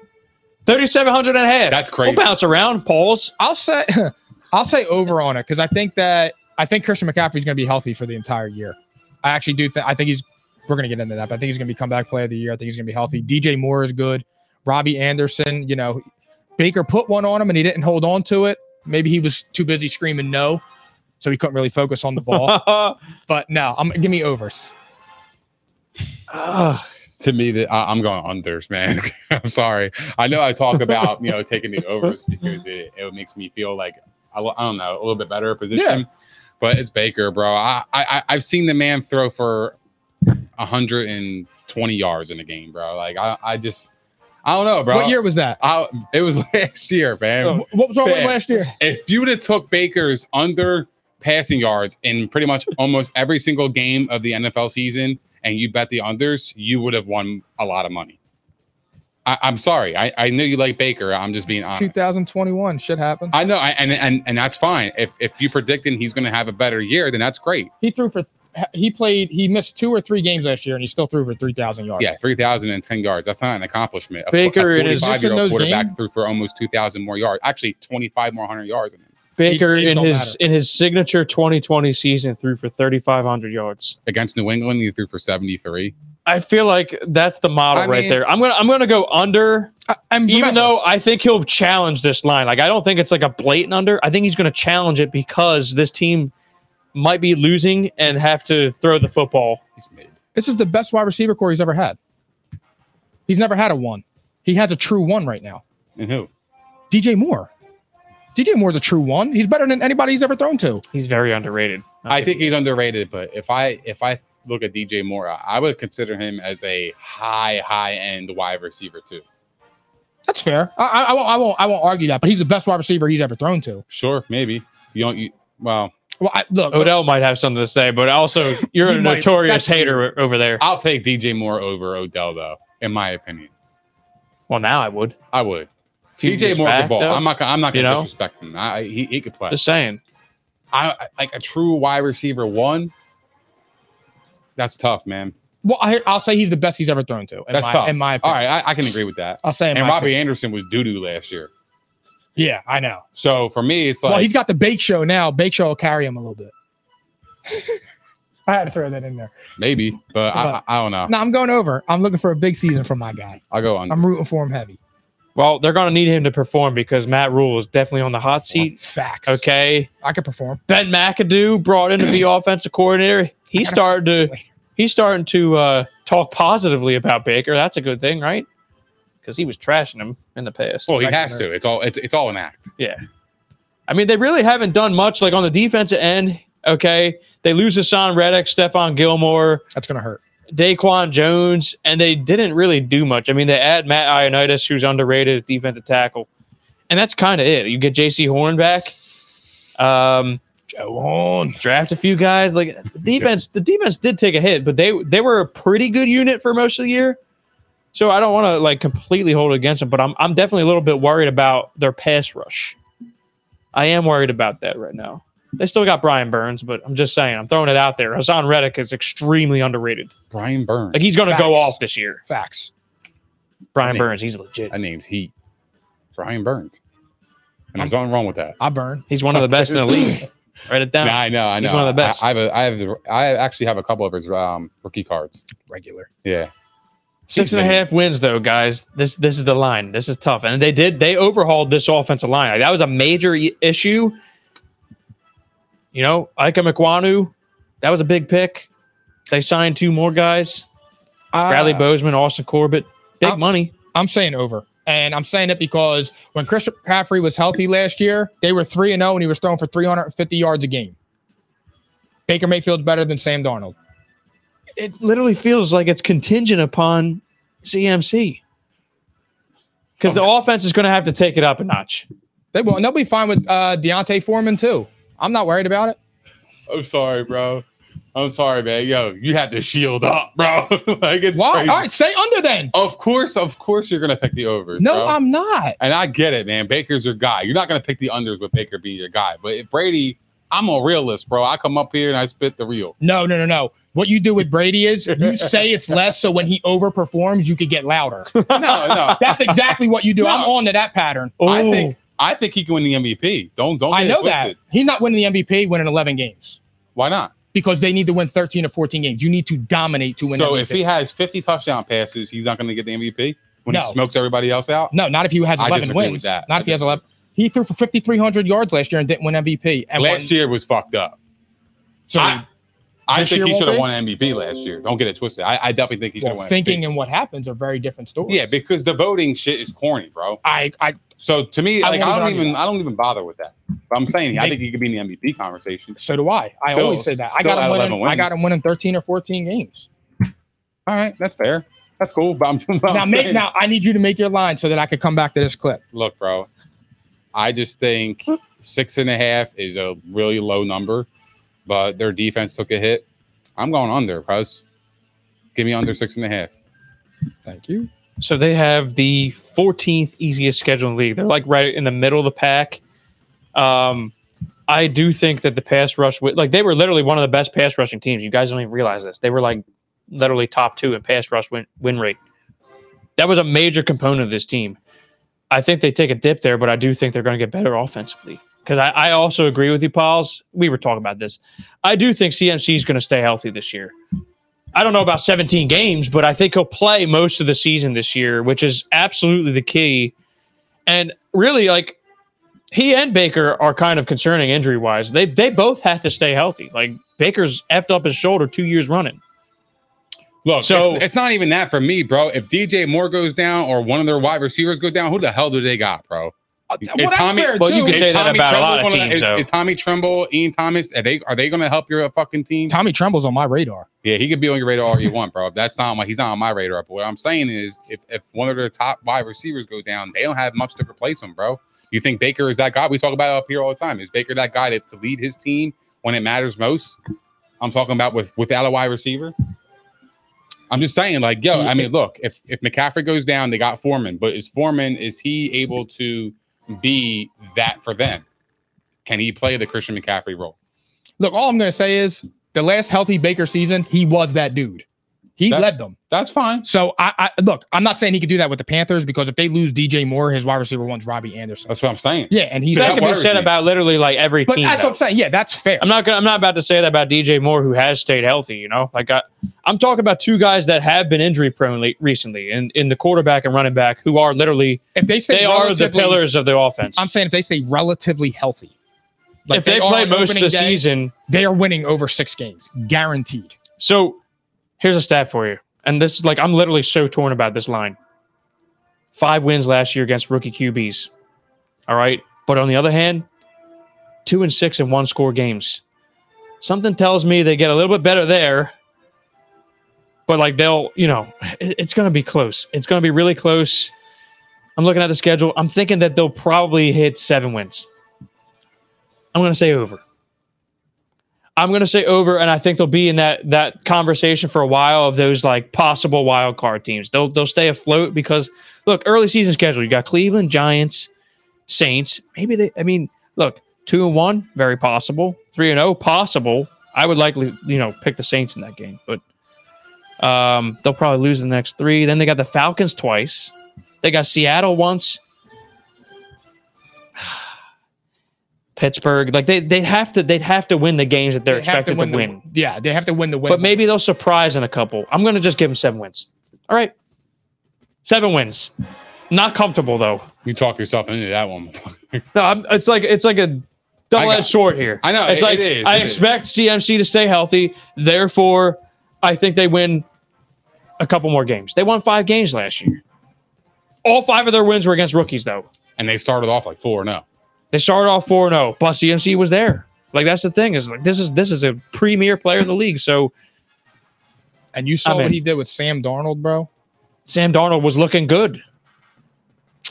C: 3,700 and a half.
A: That's crazy.
C: We'll bounce around. Pause.
B: I'll say I'll say over on it because I think that I think Christian McCaffrey's going to be healthy for the entire year. I actually do think I think he's we're going to get into that, but I think he's going to be comeback player of the year. I think he's going to be healthy. DJ Moore is good. Robbie Anderson, you know, Baker put one on him and he didn't hold on to it. Maybe he was too busy screaming no, so he couldn't really focus on the ball. but no, I'm give me overs.
C: Ah,
A: to me that I, I'm going unders, man. I'm sorry. I know I talk about you know taking the overs because it, it makes me feel like I, lo- I don't know a little bit better position, but it's Baker, bro. I, I I- I've seen the man throw for 120 yards in a game, bro. Like I I just I don't know, bro.
B: What year Oh, was that?
A: I, it was last year, man.
B: Wh- What was wrong with
A: man.
B: last year?
A: If you would have took Baker's under passing yards in pretty much almost every single game of the NFL season, and you bet the unders, you would have won a lot of money. I, I'm sorry. I, I know you like Baker. I'm just being honest.
B: 2021. Shit happens.
A: I know, I, and and and that's fine. If if you predicting he's going to have a better year, then that's great.
B: He threw for he played he missed two or three games last year and he still threw for three thousand yards.
A: Yeah, three thousand and ten yards. That's not an accomplishment. A-
C: Baker
A: a
C: in his-
A: 45-year-old
B: Just in those
A: quarterback
B: games?
A: threw for almost two thousand more yards. Actually, twenty five more hundred yards. than him.
C: Baker
B: Age
C: in
B: don't
C: his in his signature 2020 season threw for 3,500 yards.
A: Against New England, he threw for seventy three.
C: I feel like that's the model
A: I
C: right
A: mean-
C: there. I'm gonna I'm gonna go under.
B: I'm
C: even though I think he'll challenge this line. Like I don't think it's like a blatant under. I think he's going to challenge it because this team might be losing and have to throw the football.
A: He's mid.
B: This is the best wide receiver core he's ever had. He's never had a one. He has a true one right now.
A: And who?
B: DJ Moore. DJ Moore's a true one. He's better than anybody he's ever thrown to.
C: He's very underrated.
A: I think he's underrated, but if I if I look at DJ Moore, I- I would consider him as a high high end wide receiver too.
B: That's fair. I, I, I won't. I won't. I won't argue that. But he's the best wide receiver he's ever thrown to.
A: Sure, maybe you don't. You, well,
B: Well, I, look.
C: Odell might have something to say, but also you're
B: He
C: a
B: might.
C: notorious
B: That's true.
C: hater over there.
A: I'll take DJ Moore over Odell though, in my opinion.
C: Well, now I would.
A: I would.
C: Few
A: DJ
C: years
A: Moore
C: back,
A: could ball.
C: though.
A: I'm not. gonna- I'm not
C: You
A: gonna
C: know?
A: disrespect him. I, I- he he could play.
C: Just saying.
A: I, I- like a true wide receiver one. That's tough, man.
B: well, I, I'll say he's the best he's ever thrown to. In
A: That's
B: my,
A: tough.
B: In my
A: All
B: opinion.
A: right, I, I can agree with that.
B: I'll say. In
A: and
B: my
A: Robbie
B: opinion.
A: Anderson was doo doo last year,
B: Yeah, I know.
A: so for me, it's like
B: well, he's got the Bake Show now. Bake Show will carry him a little bit. I had to throw that in there.
A: maybe, but I, I, I don't know.
B: No, I'm going over. I'm looking for a big season from my guy.
A: I'll go on.
B: I'm rooting for him heavy.
C: Well, they're going to need him to perform because Matt Rule is definitely on the hot seat.
B: Facts.
C: Okay.
B: I could perform.
C: Ben McAdoo brought in to be offensive coordinator. He's starting to he's starting to uh, talk positively about Baker. That's a good thing, right? Because he was trashing him in the past.
A: Well, he
B: Back
A: has
B: to
A: to. It's all it's, it's all an act.
C: yeah. I mean, they really haven't done much like on the defensive end. Okay, they lose Hassan Reddick, Stephon Gilmore,
B: That's gonna hurt.
C: Daquan Jones, and they didn't really do much. I mean, they add Matt Ioannidis, who's underrated at defensive tackle, and that's kind of it. You get J.C. Horn back. Um,
B: Joe on.
C: draft a few guys. Like the defense, the defense did take a hit, but they they were a pretty good unit for most of the year. So I don't want to like completely hold it against them, but I'm I'm definitely a little bit worried about their pass rush. I am worried about that right now. They still got Brian Burns, but I'm just saying, I'm throwing it out there. Hassan Reddick is extremely underrated.
A: Brian Burns.
C: Like he's going to go
B: Facts.
C: off this year.
B: Facts.
C: Brian
A: mean-
C: Burns, he's legit.
A: that name's heat. Brian Burns. And there's nothing wrong with that.
B: I burn.
C: He's one of the best in the league. Write it down.
A: Nah, I know, I
C: He's
A: know.
C: one of the best.
A: I, I have a, I have, I actually have a couple of his um, rookie cards.
B: Regular.
A: Yeah,
C: Six and a half wins, though, guys. This this is the line. This is tough, and they did they overhauled this offensive line. Like, that was a major i- issue. You know, Ike McWanu, that was a big pick. They signed two more guys: Bradley Bozeman, Austin Corbett. Big
B: I'm-
C: money.
B: Uh, I'm saying over. And I'm saying it because when Christian McCaffrey was healthy last year, they were 3 and 0 and he was throwing for 350 yards a game. Baker Mayfield's better than Sam Darnold.
C: It literally feels like it's contingent upon CMC because the offense is going to have to take it up a notch.
B: They will, and they'll be fine with uh, Deontay Foreman too. I'm not worried about it.
A: I'm sorry, bro. I'm sorry, man. Yo, you have to shield up, bro. like it's
B: Why?
A: crazy.
B: All right, say under then.
A: Of course, of course, you're gonna pick the overs.
B: No,
A: bro.
B: I'm not.
A: And I get it, man. Baker's your guy. You're not gonna pick the unders with Baker being your guy. But if Brady, I'm a realist, bro. I come up here and I spit the real.
B: No, no, no, no. What you do with Brady is you say it's less so when he overperforms, you could get louder.
A: No, no.
B: That's exactly what you do. I'm
A: No.
B: on to that pattern.
A: I think I think he can win the MVP. Don't don't. Get
B: I
A: it
B: know that.
A: twisted.
B: He's not winning the MVP winning 11 games
A: Why not?
B: because they need to win 13 or 14 games. You need to dominate to win.
A: So
B: MVP.
A: if he has 50 touchdown passes, he's not gonna get the MVP when
B: No.
A: he smokes everybody else out.
B: no, not if he has
A: I
B: 11
A: disagree
B: wins.
A: with that.
B: Not
A: I
B: if he has
A: disagree.
B: 11. He threw for 5,300 yards last year and didn't win MVP. And
A: Last
B: won-
A: year was fucked up.
B: so
A: I, I
B: this
A: think
B: year
A: he
B: won't
A: should have
B: be?
A: won MVP last year. Don't get it twisted. I, I definitely think he should
B: well,
A: have won.
B: thinking
A: MVP.
B: and what happens are very different stories.
A: yeah, because the voting shit is corny, bro.
B: I, I,
A: So to me,
B: I
A: like
B: won't
A: I don't
B: even argue
A: even
B: that.
A: I don't even bother with that. But I'm saying I think he could be in the MVP conversation.
B: so do I. I
A: Still-
B: always say that. I
A: still
B: got
A: at
B: him
A: 11
B: winning.
A: wins.
B: I got him winning 13 or 14 games.
A: All right, that's fair. That's cool. But I'm, but
B: now,
A: I'm
B: make,
A: saying-
B: now I need you to make your line so that I could come back to this clip.
A: look, bro. I just think six and a half is a really low number, but their defense took a hit. I'm going under, cuz. Give me under six and a half.
B: Thank you.
C: So they have the 14th easiest schedule in the league. They're like right in the middle of the pack. Um, I do think that the pass rush, with, like they were literally one of the best pass rushing teams. You guys don't even realize this. They were like literally top two in pass rush win, win rate. That was a major component of this team. I think they take a dip there, but I do think they're going to get better offensively. Because I, I also agree with you, Pauls. We were talking about this. I do think CMC is going to stay healthy this year. I don't know about 17 games, but I think he'll play most of the season this year, which is absolutely the key. And really, like he and Baker are kind of concerning injury wise. They they both have to stay healthy. Like Baker's effed up his shoulder two years running.
A: Look,
C: So-
A: so it's, it's not even that for me, bro. If DJ Moore goes down or one of their wide receivers go down, who the hell do they got, bro? Is
B: well, that's
A: Tommy-
B: fair
C: well, you
B: too.
C: could
A: Is
C: say that about a lot of
A: Trumbull gonna-
C: teams,
A: Is,
C: though.
A: is Tommy Tremble, Ian Thomas, are they are they going to help your fucking team?
B: Tommy Tremble's on my radar.
A: Yeah, he could be on your radar all you want, bro. That's not my he's not on my radar. But what I'm saying is if, if one of their top wide receivers go down, they don't have much to replace him, bro. You think Baker is that guy? We talk about it up here all the time. Is Baker that guy that to lead his team when it matters most? I'm talking about with without a wide receiver. I'm just saying, like, yo, I mean, look, if if McCaffrey goes down, they got Foreman, but is Foreman is he able to be that for them? Can he play the Christian McCaffrey role?
B: Look, all I'm going to say is the last healthy Baker season, he was that dude. He
A: That's-
B: led them.
A: That's fine.
B: So I, I look. I'm not saying he could do that with the Panthers because if they lose DJ Moore, his wide receiver one's Robbie Anderson.
A: That's what I'm saying.
B: Yeah, and he's
A: So
C: that
A: that
C: can be
A: worries
C: said
A: me.
C: about literally like every
B: But
C: team.
B: that's
C: though.
B: what I'm saying. Yeah, that's fair.
C: I'm not gonna, I'm not about to say that about DJ Moore, who has stayed healthy. You know, like I, I'm talking about two guys that have been injury prone le- recently, and in, the quarterback and running back, who are literally
B: if they stay
C: they are the
B: relatively-
C: pillars of the offense.
B: I'm saying if they stay relatively healthy, like
C: if they,
B: are
C: play
B: on
C: most of
B: opening
C: the
B: day,
C: season,
B: they are winning over six games, guaranteed.
C: so here's a stat for you, and this like I'm literally so torn about this line. Five wins last year against rookie QBs. All right, but on the other hand, two and six in one score games. Something tells me they get a little bit better there. But like they'll, you know, it- it's going to be close. It's going to be really close. I'm looking at the schedule. I'm thinking that they'll probably hit seven wins. I'm going to say over. I'm going to say over, and I think they'll be in that that conversation for a while of those like possible wild card teams. They'll they'll stay afloat because look, early season schedule. You got Cleveland, Giants, Saints. Maybe they. I mean, look, two and one, very possible. Three and zero, possible. I would likely, you know, pick the Saints in that game, but um, they'll probably lose the next three. Then they got the Falcons twice. They got Seattle once. Pittsburgh, like they they have to they'd have to win the games that they're
B: They have
C: expected to win.
B: the- yeah, they have to win the win.
C: But maybe they'll surprise in a couple. I'm gonna just give them seven wins. All right, seven wins. Not comfortable though.
A: You talk yourself into that one.
C: No, I'm, it's like it's like a double edged sword here.
A: I know,
C: It's
A: it-
C: like
A: it is,
C: I
A: it is.
C: expect CMC to stay healthy. Therefore, I think they win a couple more games. They won five games last year. All five of their wins were against rookies, though.
A: and they started off like four and zero.
C: They started off four oh, zero, but CMC was there. Like that's the thing is like this is this is a premier player in the league. So
B: and you saw
C: I'm
B: what
C: in.
B: he did with Sam Darnold, bro.
C: Sam Darnold was looking good.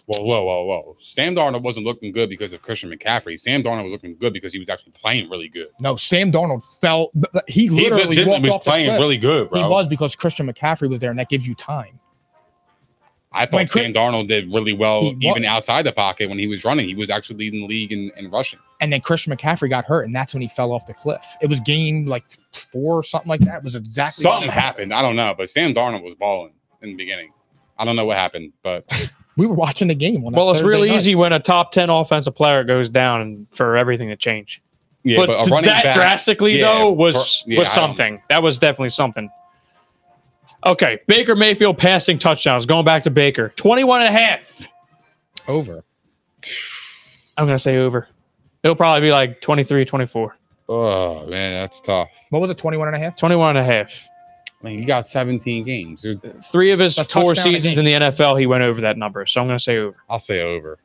A: Whoa, whoa, whoa, whoa! Sam Darnold wasn't looking good because of Christian McCaffrey. Sam Darnold was looking good because he was actually playing really good.
B: No, Sam Darnold fell. He
A: He
B: literally
A: legitimately
B: walked
A: was
B: off the
A: playing
B: cliff.
A: really good, bro.
B: He was because Christian McCaffrey was there, and that gives you time.
A: I
B: When
A: thought
B: Chris-
A: Sam Darnold did really well,
B: He wa-
A: even outside the pocket when he was running. He was actually leading the league in, in rushing.
B: And then Christian McCaffrey got hurt, and that's when he fell off the cliff. It was game like four or something like that. It was exactly
A: Something happened. I don't know, but Sam Darnold was balling in the beginning. I don't know what happened, but
B: We were watching the game. on that
C: Well, it's
B: Thursday
C: really
B: night.
C: easy when a top ten offensive player goes down and for everything to change.
A: yeah,
C: but,
A: but, a running
C: that
A: back
C: drastically
A: yeah,
C: though
A: for-
C: was
A: yeah,
C: was
A: I don't-
C: something. That was definitely something. Okay, Baker Mayfield passing touchdowns. Going back to Baker. 21 and a half.
B: Over.
C: I'm going to say over. It'll probably be like 23, 24.
A: Oh man, that's tough.
B: What was it? 21 and a half?
C: 21 and a half.
A: I mean, he got 17 games. There's-
C: Three of his
B: A
C: four
B: touchdown a
C: seasons in the NFL, he went over that number. So I'm going to say over.
A: I'll say over.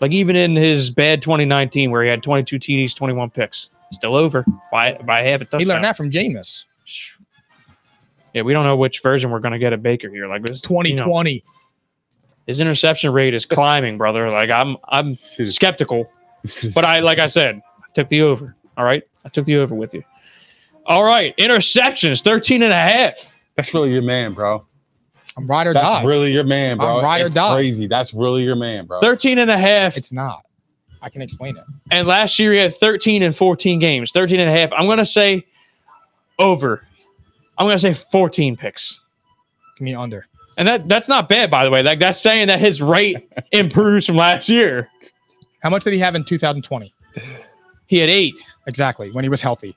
C: Like even in his bad 2019 where he had 22 TDs, 21 picks, still over by by half a touchdown.
B: He learned that from Jameis.
C: Yeah, we don't know which version we're going to get at Baker here. Like this, you know,
B: 2020.
C: his interception rate is climbing, brother. Like I'm I'm skeptical, but I like I said, I took the over. All right. I took the over with you. All right. Interceptions 13 and a half.
A: That's really your man, bro.
B: I'm ride or
A: That's
B: die.
A: really your man, bro.
B: I'm ride or
A: It's
B: die.
A: crazy. That's really your man, bro.
C: 13 and a half.
B: it's not. I can explain it.
C: And last year he had 13 and 14 games. 13 and a half. I'm going to say over. I'm going to say 14 picks.
B: I mean, under.
C: And that that's not bad by the way. Like that's saying that his rate improves from last year.
B: How much did he have in 2020?
C: He had 8.
B: Exactly, when he was healthy.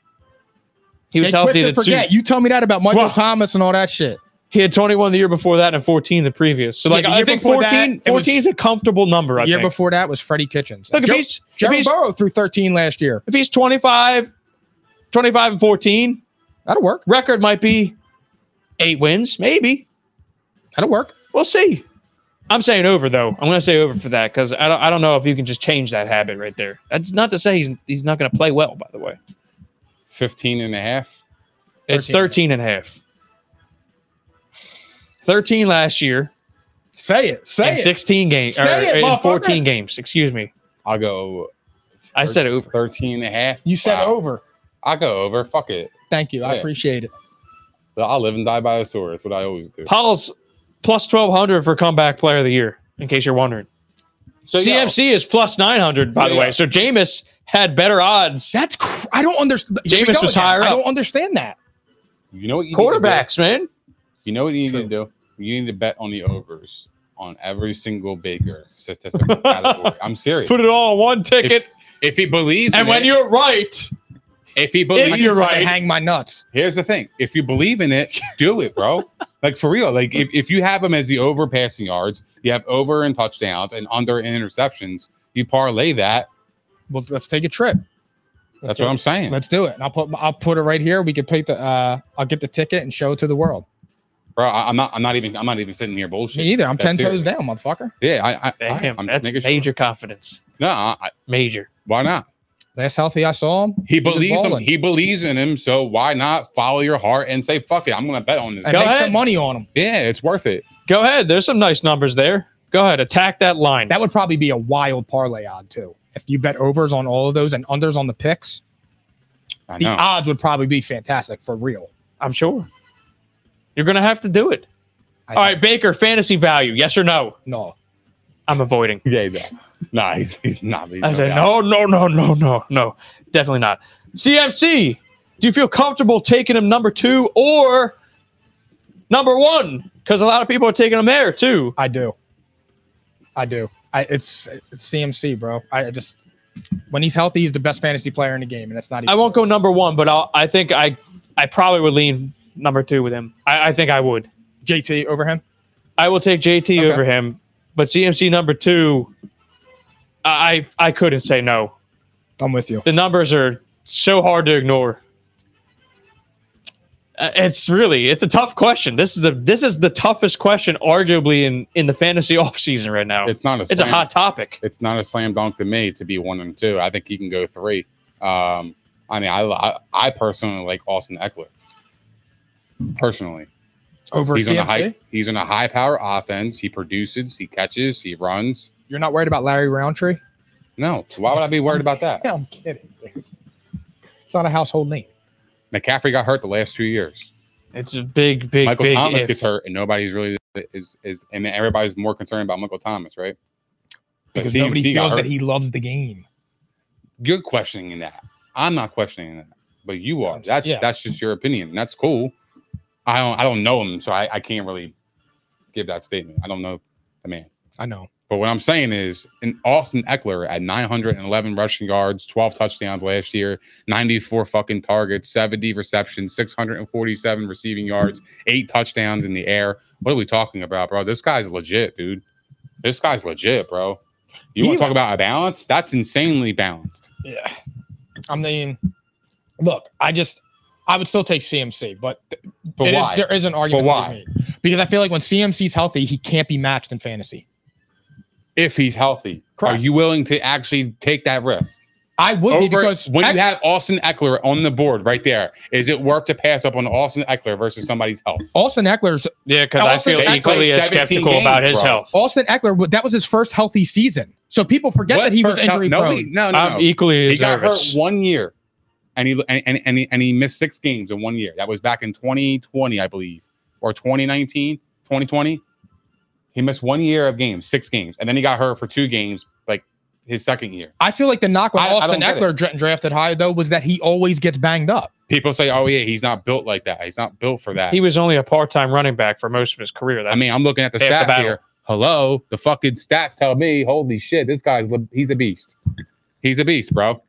C: He was
B: They quick
C: healthy
B: to
C: to two.
B: forget. You tell me that about Michael
C: Well-
B: Thomas and all that shit.
C: He had 21 the year before that and 14 the previous. So,
B: Yeah,
C: like,
B: the
C: I
B: year
C: think
B: before that,
C: 14,
B: it
C: 14
B: was-
C: is a comfortable number. I
B: The year
C: think.
B: before that was Freddie Kitchens.
C: Look,
B: And
C: if
B: Joe-
C: he's, if
B: Joe
C: he's,
B: Burrow threw 13 last year.
C: if he's 25, 25 and 14,
B: That'll work.
C: record might be eight wins, maybe.
B: That'll work.
C: We'll see. I'm saying over, though. I'm going to say over for that because I don't, I don't know if you can just change that habit right there. That's not to say he's, he's not going to play well, by the way.
A: 15 and a half.
C: It's
B: 13
C: 13 and a half. 13 last year
B: Say it. Say
C: and
B: it.
C: 16 games, or
B: Say it,
C: in
B: motherfucker.
C: 14 games, excuse me.
A: I'll go.
C: I said over.
A: 13 and a half.
B: You said
A: Wow.
B: over.
A: I'll go over. Fuck it.
B: Thank you. I
A: Yeah.
B: appreciate it.
A: I'll live and die by the sword. That's what I always do.
C: Paul's plus 1200 for comeback player of the year, in case you're wondering.
A: So, yo,
C: CMC is plus 900, by the
A: Yeah.
C: way. So Jameis had better odds.
B: That's cr- I don't understand.
C: Jameis was higher
B: I
C: up.
B: don't understand that.
A: you know what you need to do?
C: Quarterbacks, man.
A: You know what you need to do? You need to bet on the overs on every single Baker statistical category. I'm serious.
C: Put it all on one ticket.
A: If, if he believes,
C: and
A: in
C: when
A: it,
C: you're right,
A: if he
C: if
A: believes,
C: you're
A: in it-
C: right,
B: Hang my nuts.
A: Here's the thing: if you believe in it, do it, bro. like for real. Like if, if you have him as the over passing yards, you have over in touchdowns and under in interceptions. You parlay that.
B: Well, let's take a trip.
A: That's what I'm saying,
B: Let's do it. And I'll put I'll put it right here. We could pay the. Uh, I'll get the ticket and show it to the world.
A: bro. I, am not. I'm not even. I'm not even sitting here bullshit.
B: Me either. I'm ten toes
A: down.
B: down, motherfucker.
A: Yeah, I, I,
C: damn,
A: I am
C: that's
A: making sure.
C: major confidence.
A: No, I, I-
C: Major.
A: why not?
B: Last healthy I saw him.
A: He
B: was
A: believes him.
B: balling.
A: He believes in him. So why not follow your heart and say, "Fuck it, I'm gonna bet on this."
B: and
A: guy."
B: make
C: ahead.
B: some money on him.
A: Yeah, it's worth it.
C: Go ahead. There's some nice numbers there. Go ahead. Attack that line.
B: That would probably be a wild parlay odd too. If you bet overs on all of those and unders on the picks,
A: I
B: the
A: know.
B: odds would probably be fantastic for real.
C: I'm sure. You're going to have to do it.
B: I
C: All right, Baker, fantasy value. Yes or no?
B: No.
C: I'm avoiding.
A: yeah, no. nah, he's, he's not.
C: I
A: no
C: said,
A: doubt.
C: no, no, no, no, no, no, definitely not. CMC, do you feel comfortable taking him number two or number one? Because a lot of people are taking him there too.
B: I do. I do. I, it's, it's CMC, bro. I just when he's healthy, he's the best fantasy player in the game, and it's not. Even
C: I won't go
B: close.
C: number one, but I'll, I think I I probably would lean number two with him. I, I think I would.
B: JT over him.
C: I will take JT
B: Okay.
C: over him, but CMC number two. I I I couldn't say no.
B: I'm with you.
C: The numbers are so hard to ignore. Uh, It's really it's a tough question. This is the this is the toughest question arguably in in the fantasy offseason right now.
A: It's not a
C: it's a
A: slam-
C: hot topic.
A: It's not a slam dunk to me to be one and two. I think he can go three. Um, I mean, I, I I personally like Austin Eckler. Personally,
B: Over
A: he's
B: CMC.
A: on a high he's on a high power offense. He produces, he catches, he runs.
B: You're not worried about Larry Roundtree?
A: No, why would I be worried about that?
B: Yeah, I'm kidding. It's not a household name.
A: McCaffrey got hurt the last two years.
C: It's a big big
A: Michael
C: big
A: Thomas
C: if.
A: gets hurt, and nobody's really is is. I mean, everybody's more concerned about Michael Thomas, right? But
B: because
A: CMC
B: nobody
A: got
B: feels
A: hurt.
B: that he loves the game.
A: you're questioning that. I'm not questioning that, but you are. That's
B: Yeah.
A: that's just your opinion. and That's cool. I don't I don't know him, so I, I can't really give that statement. I don't know the man.
B: I know.
A: But what I'm saying is, an Austin Eckler at 911 rushing yards, 12 touchdowns last year, 94 fucking targets, 70 receptions, 647 receiving yards, eight touchdowns in the air. What are we talking about, bro? This guy's legit, dude. This guy's legit, bro. You want
B: He-
A: to talk about a balance? That's insanely balanced.
B: Yeah. I mean, look, I just I would still take CMC, but, th-
A: But
B: it is-
A: why?
B: there is an argument.
A: why?
B: to be made. Because I feel like when CMC's healthy, he can't be matched in fantasy.
A: if he's healthy.
B: Correct.
A: Are you willing to actually take that risk?
B: I would be
A: Over
B: because
A: when
B: ac-
A: you have Austin Eckler on the board right there, is it worth to pass up on Austin Eckler versus somebody's health?
B: Austin Eckler's
C: yeah, because
B: Now,
C: I
B: also,
C: feel
B: they played
C: equally as
A: 17
C: skeptical about
A: games,
C: his
A: bro. Oh,
C: health.
B: Austin Eckler w- that was his first healthy season. So people forget
A: What
B: that he was
A: first hel-
B: injury
A: no,
B: prone.
A: he- no, no,
C: I'm
A: no.
C: equally
A: Um, He
C: as
A: got hurt
C: nervous.
A: one year, and he and, and, and he and he missed six games in one year. That was back in 2020, I believe, or 2019, 2020. He missed one year of games, six games, and then he got hurt for two games, like his second year.
B: I feel like the knock on
A: I- I
B: Austin
A: don't get
B: Eckler dra- drafted high though was that he always gets banged up.
A: People say, "Oh yeah, he's not built like that. He's not built for that."
C: He was only a part-time running back for most of his career. That's,
A: I mean, I'm looking at the
C: half the
A: stats
C: battle.
A: here. Hello, the fucking stats tell me, holy shit, this guy's li- he's a beast. He's a beast, bro.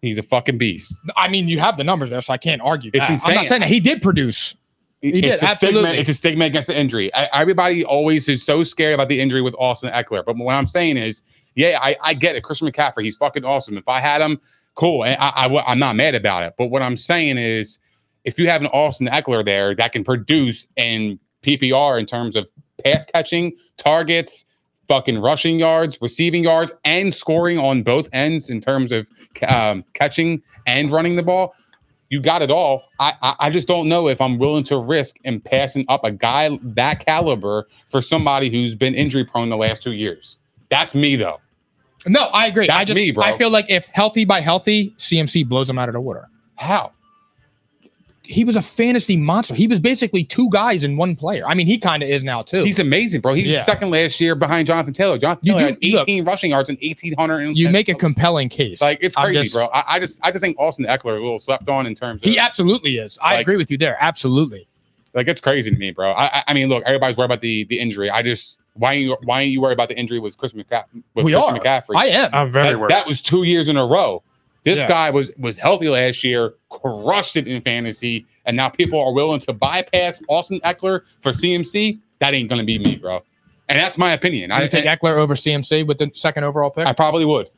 A: He's a fucking beast.
B: I mean, you have the numbers there, so I can't argue.
A: It's
B: that. I'm
A: insane.
B: not saying that he did produce. He
A: it's
B: did,
A: a stigma.
B: absolutely.
A: It's a stigma against the injury. I, everybody always is so scared about the injury with Austin Eckler. But what I'm saying is, yeah, I, I get it. Christian McCaffrey, he's fucking awesome. If I had him, cool. And I, I am not mad about it. But what I'm saying is, if you have an Austin Eckler there that can produce in PPR in terms of pass catching, targets, fucking rushing yards, receiving yards, and scoring on both ends in terms of um, catching and running the ball. You got it all. I, I I just don't know if I'm willing to risk in passing up a guy that caliber for somebody who's been injury prone the last two years. That's me though.
B: No, I agree. I
A: That's
B: just
A: me, bro.
B: I feel like if healthy by healthy, CMC blows him out of the water.
A: How?
B: He was a fantasy monster. He was basically two guys in one player. I mean, he kind of is now too.
A: He's amazing, bro. He
B: Yeah.
A: was second last year behind Jonathan Taylor. Jonathan
B: You
A: Taylor had
B: do- look.
A: 18 rushing yards and 1800. And,
B: you make a compelling case.
A: like it's
B: I'm
A: crazy,
B: just-
A: bro. I, I just I just think Austin Eckler is a little slept on in terms of
B: He absolutely is. I
A: Like-
B: agree with you there. Absolutely.
A: Like it's crazy to me, bro. I, I- I mean, look, everybody's worried about the the injury. I just why ain't you why ain't you worried about the injury with Chris McCaff- with
B: we
A: Christian
B: are.
A: McCaffrey?
B: I am.
C: I'm very
A: that,
C: worried.
A: that was two years in a row. This
B: Yeah.
A: guy was was healthy last year, crushed it in fantasy, and now people are willing to bypass Austin Eckler for CMC. That ain't gonna be me, bro. And that's my opinion.
B: I
A: I,
B: would take
A: I,
B: Eckler over CMC with the second overall pick.
A: I probably would.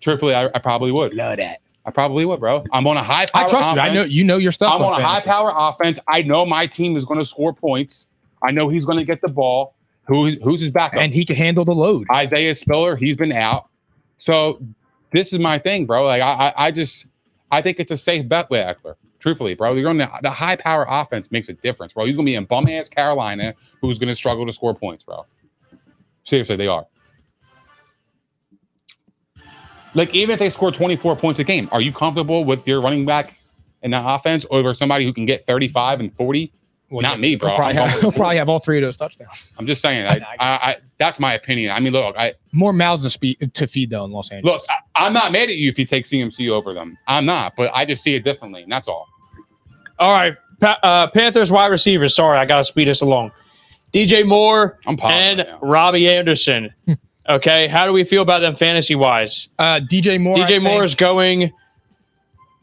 A: Truthfully, I, I probably would.
B: know that.
A: I probably would, bro. I'm on a high
B: I
A: power.
B: trust you. I know
A: offense.
B: you know your stuff.
A: I'm on a high
B: fantasy.
A: power offense. I know my team is going to score points. I know he's going to get the ball. Who's who's his backup?
B: and he can handle the load.
A: Isaiah Spiller, he's been out. So this is my thing, bro. Like I, I, I just, I think it's a safe bet with Eckler. Truthfully, bro, you're on the, the high power offense makes a difference, bro. He's gonna be in bum ass Carolina, who's gonna struggle to score points, bro. Seriously, they are. Like even if they score 24 points a game, are you comfortable with your running back in that offense over somebody who can get 35 and 40?
B: Well,
A: Not me, bro.
B: He'll probably,
A: I'm
B: have, he'll probably have all three of those touchdowns.
A: I'm just saying. I, I, I, that's my opinion. I mean, look, I,
B: More mouths to, speak, to feed though in Los Angeles.
A: Look, I, I'm not mad at you if you take CMC over them. I'm not, but I just see it differently, and that's all.
C: All right, pa- uh, Panthers wide receivers. Sorry, I got to speed us along. DJ Moore
A: I'm positive.
C: and Robbie Anderson. Okay, how do we feel about them fantasy wise?
B: Uh, DJ Moore. I
C: DJ Moore
B: think-
C: is going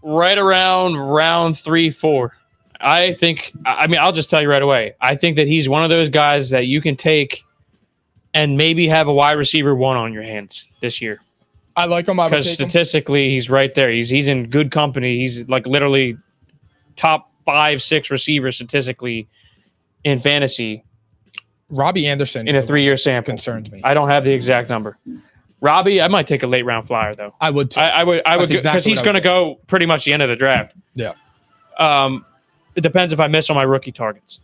C: right around round three, four. I think. I I mean, I'll just tell you right away. I think that he's one of those guys that you can take and maybe have a wide receiver one on your hands this year
B: I like him. I would
C: because
B: take him.
C: statistically, he's right there. He's he's in good company. He's like literally top five, six receiver statistically in fantasy
B: Robbie Anderson
C: in a three-year sample.
B: concerns me. I,
C: I don't have the exact number. Robbie, I might take a late round flyer though.
B: would. Too.
C: I, I would, I would,
B: That's
C: because
B: exactly
C: he's
B: what I
C: going to
B: would
C: go pretty much the end of the draft.
B: yeah.
C: Um, it depends if I miss on my rookie targets.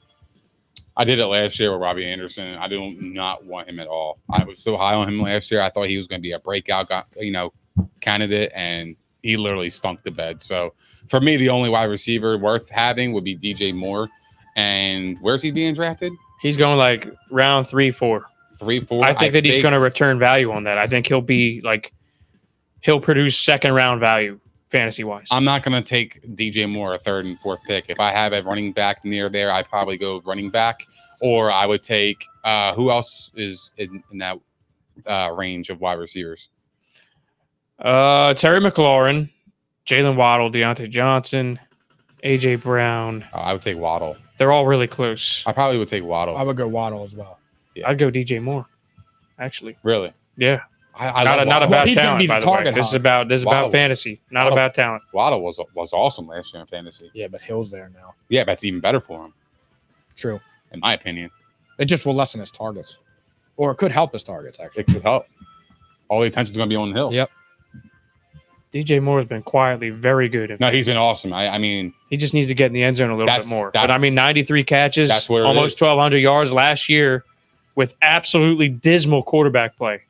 A: I did it last year with Robbie Anderson. I do not want him at all. I was so high on him last year. I thought he was going to be a breakout, guy, you know, candidate, and he literally stunk the bed. So for me, the only wide receiver worth having would be DJ Moore. And where's he being drafted?
C: He's going like round three, four.
A: Three, four.
C: I think that he's going to return value on that. I think he'll be like, he'll produce second round value fantasy wise.
A: I'm not going to take DJ Moore a third and fourth pick. If I have a running back near there, I probably go running back, or I would take uh, who else is in, in that uh, range of wide receivers?
C: Uh, Terry McLaurin, Jalen Waddle, Deontay Johnson, AJ Brown.
A: Uh, I would take Waddle.
C: They're all really close.
A: I probably would take Waddle.
B: I would go Waddle as well.
C: I'd go DJ Moore, actually.
A: really?
C: Yeah,
A: I, I
C: not, a,
A: love
C: not
A: Waddle.
C: about
B: he's gonna
C: talent.
B: be the
C: By the way,
B: target
C: this is
B: hog.
C: about this is
A: Waddle.
C: about fantasy, not
A: Waddle.
C: about talent.
A: Waddle was was awesome last year in fantasy.
B: Yeah, but Hill's there now.
A: Yeah, that's even better for him,
B: True.
A: in my opinion.
B: It just will lessen his targets, or it could help his targets actually.
A: It could help. All the attention's going to be on Hill.
B: Yep.
C: DJ Moore has been quietly very good. in
A: No, he's
C: fantasy.
A: been awesome. I, I mean,
C: He just needs to get in the end zone a little bit
A: That's-
C: more. But
A: that's-
C: I mean, 93 catches,
A: that's where it
C: almost
A: is.
C: 1,200 yards last year with absolutely dismal quarterback play.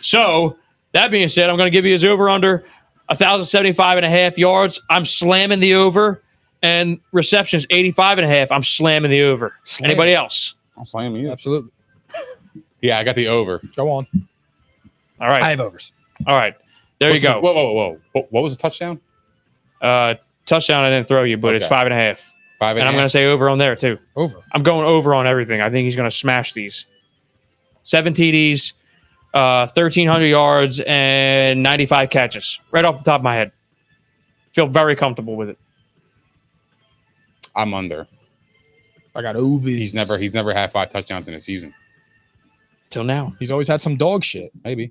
C: so, that being said, I'm going to give you his over under 1,075 and a half yards. I'm slamming the over. And receptions 85 and a half. I'm slamming the over.
B: Slam.
C: Anybody else?
A: I'm slamming you.
B: Absolutely.
A: Yeah, I got the over.
B: Go on.
C: All right.
B: I have overs.
C: All right. There
A: What's
C: you
A: the-
C: go.
A: Whoa, whoa, whoa, whoa. What was the touchdown?
C: uh, touchdown I didn't throw you, but it's
A: Okay.
C: five and a half.
A: Five
C: and I'm going to say over on there, too.
B: Over.
C: I'm going over on everything. I think he's going to smash these. Seven TDs, uh, 1,300 yards, and 95 catches. Right off the top of my head. Feel very comfortable with it.
A: I'm under.
B: I got overs.
A: He's never he's never had five touchdowns in a season.
C: Till now.
B: He's always had some dog shit.
A: Maybe.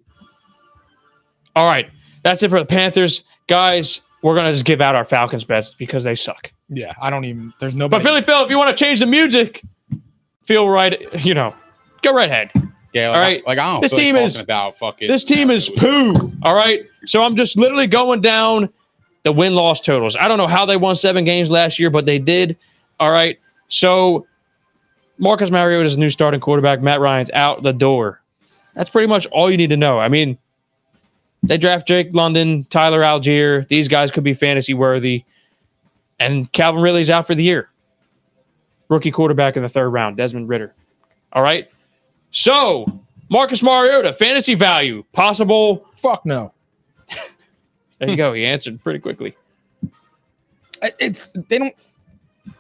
C: All right. That's it for the Panthers. Guys, we're going to just give out our Falcons bets because they suck.
B: Yeah, I don't even. There's
C: But
B: nobody.
C: Philly Phil, if you want to change the music, feel right, you know, go right ahead.
A: Yeah.
C: All
A: Like, All
C: right.
A: right. like I don't.
C: This
A: feel like
C: team
A: talking
C: is-
A: about fucking.
C: This team is poo. All right. So I'm just literally going down the win loss totals. I don't know how they won seven games last year, but they did. All right. So Marcus Mariota is the new starting quarterback. Matt Ryan's out the door. That's pretty much all you need to know. I mean, they draft Jake London, Tyler Algier. These guys could be fantasy worthy. And Calvin Ridley's out for the year. Rookie quarterback in the third round, Desmond Ritter. All right. So Marcus Mariota, fantasy value, possible.
B: Fuck no.
C: There you go. He answered pretty quickly.
B: I- It's they don't.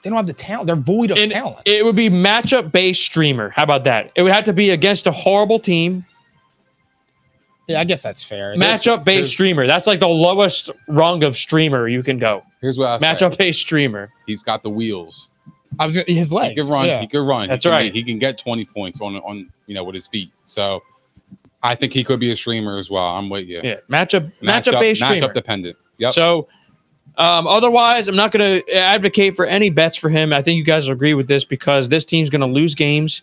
B: They don't have the talent. They're void of
C: And
B: talent.
C: it would be matchup based streamer. How about that? It would have to be against a horrible team.
B: yeah, I guess that's fair. There's-
C: Matchup
B: there's-
C: based streamer. That's like the lowest rung of streamer you can go.
A: Here's what I say.
C: Matchup based streamer.
A: He's got the wheels.
B: I was gonna- his
A: He
B: legs.
A: could run.
B: Yeah.
A: He could run.
C: That's
A: he can,
C: right.
A: He can get 20 points on on you know with his feet. So I think he could be a streamer as well. I'm with you.
C: Yeah. Matchup matchup based streamer.
A: matchup dependent. Yep.
C: So, um, otherwise, I'm not going to advocate for any bets for him. I think you guys will agree with this because this team's going to lose games,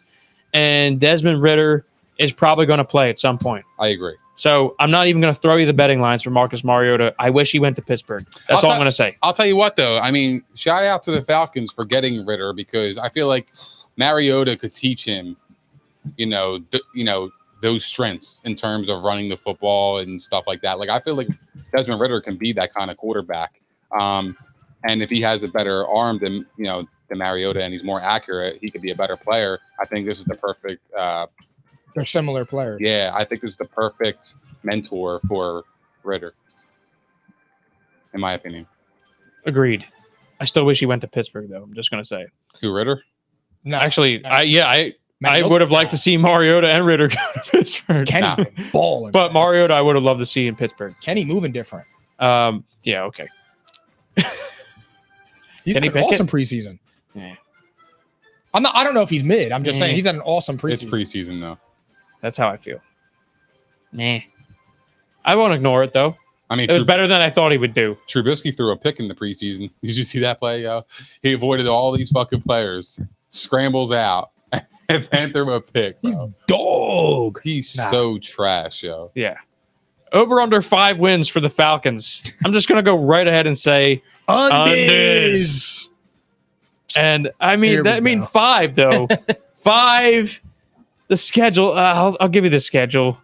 C: and Desmond Ritter is probably going to play at some point.
A: I agree.
C: So I'm not even going to throw you the betting lines for Marcus Mariota. I wish he went to Pittsburgh. That's
A: I'll
C: all
A: tell-
C: I'm going to say.
A: I'll tell you what though. I mean, shout out to the Falcons for getting Ritter because I feel like Mariota could teach him, you know, th- you know those strengths in terms of running the football and stuff like that. Like I feel like Desmond Ritter can be that kind of quarterback. Um, and if he has a better arm than you know than Mariota and he's more accurate, he could be a better player. I think this is the perfect. Uh,
B: They're similar players.
A: yeah, I think this is the perfect mentor for Ritter, in my opinion.
C: Agreed. I still wish he went to Pittsburgh, though. I'm just going to say.
A: Who Ritter?
B: No,
C: Actually, I yeah, I I would have liked to see Mariota and Ritter go to Pittsburgh.
B: Kenny balling.
C: But Mariota, I would have loved to see in Pittsburgh.
B: Kenny moving different.
C: Um, yeah, okay.
B: He's
C: Kenny
B: had an
C: Pickett?
B: awesome preseason.
C: Yeah. Mm.
B: I'm not. I don't know if he's mid. I'm just
C: Yeah.
B: saying he's had an awesome preseason.
A: It's preseason though.
C: That's how I feel. Nah. I won't ignore it though.
A: I mean,
C: It was
A: Trub-
C: better than I thought he would do.
A: Trubisky threw a pick in the preseason. Did you see that play? yo? he avoided all these fucking players, scrambles out, and then threw a pick.
B: he's
A: bro.
B: dog.
A: He's
B: Nah.
A: so trash, yo.
C: Yeah. Over under five wins for the Falcons. I'm just gonna go right ahead and say
B: Undies.
C: unders. And I
B: Here
C: mean
B: we
C: that I mean
B: go.
C: five though. five. The schedule. Uh, I'll, I'll give you the schedule.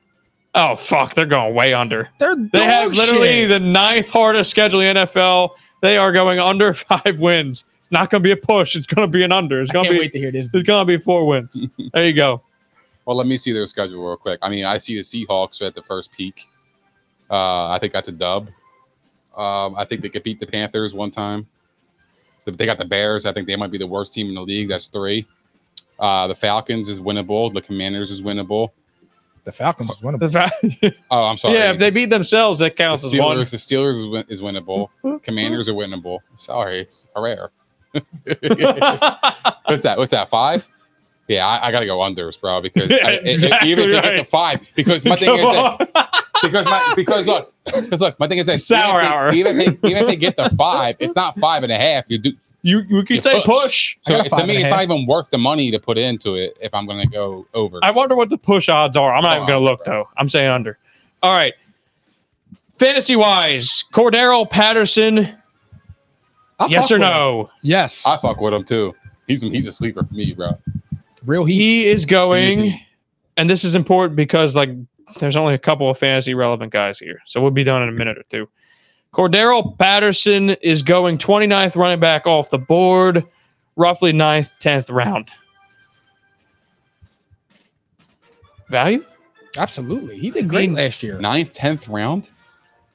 C: Oh fuck, they're going way under.
B: They're
C: They
B: dog
C: have literally
B: shit.
C: the ninth hardest schedule in the NFL. They are going under five wins. It's not going to be a push. It's going to be an under. It's
B: I
C: going
B: can't
C: to be.
B: wait to hear this.
C: It's going to be four wins. There you go.
A: Well, let me see their schedule real quick. I mean, I see the Seahawks at the first peak. Uh, I think that's a dub. Um, I think they could beat the Panthers one time. They got the Bears. I think they might be the worst team in the league. That's three. Uh, the Falcons is winnable. The Commanders is winnable.
B: The Falcons is one of
C: The
B: them.
C: fact-
A: Oh, I'm sorry.
C: yeah, if they beat themselves, that
A: the
C: counts as one.
A: Steelers, the Steelers is, win- is winnable. Commanders are winnable. Sorry, it's rare. What's that? What's that? Five? Yeah, I, I gotta go unders, bro, because
C: Yeah,
A: I, it- it-
C: exactly
A: even if you
C: right.
A: get the five, because my thing is
C: Come
A: this.
C: on.
A: because my because look because look my thing is that
C: Sour
A: even if they-
C: hour.
A: even if, they, even if they get the five it's not five and a half you do
C: You you could
A: You
C: say push.
A: push.
B: got
A: so
B: a five
A: to me
B: and a
A: it's not
B: half.
A: even worth the money to put into it if I'm gonna go over
C: I wonder what the push odds are. I'm not even going to look though. I'm saying under. All right. Fantasy wise, Cordero Patterson.
B: I
C: yes or
B: fuck with him.
C: no?
B: Yes.
A: I fuck with him too he's he's a sleeper for me bro
B: Real heat.
C: he is going
A: Easy.
C: and this is important because like there's only a couple of fantasy relevant guys here so we'll be done in a minute or two cordero patterson is going 29th running back off the board roughly 9th 10th round value
B: Absolutely. He did great
C: mean,
B: last year.
A: ninth tenth round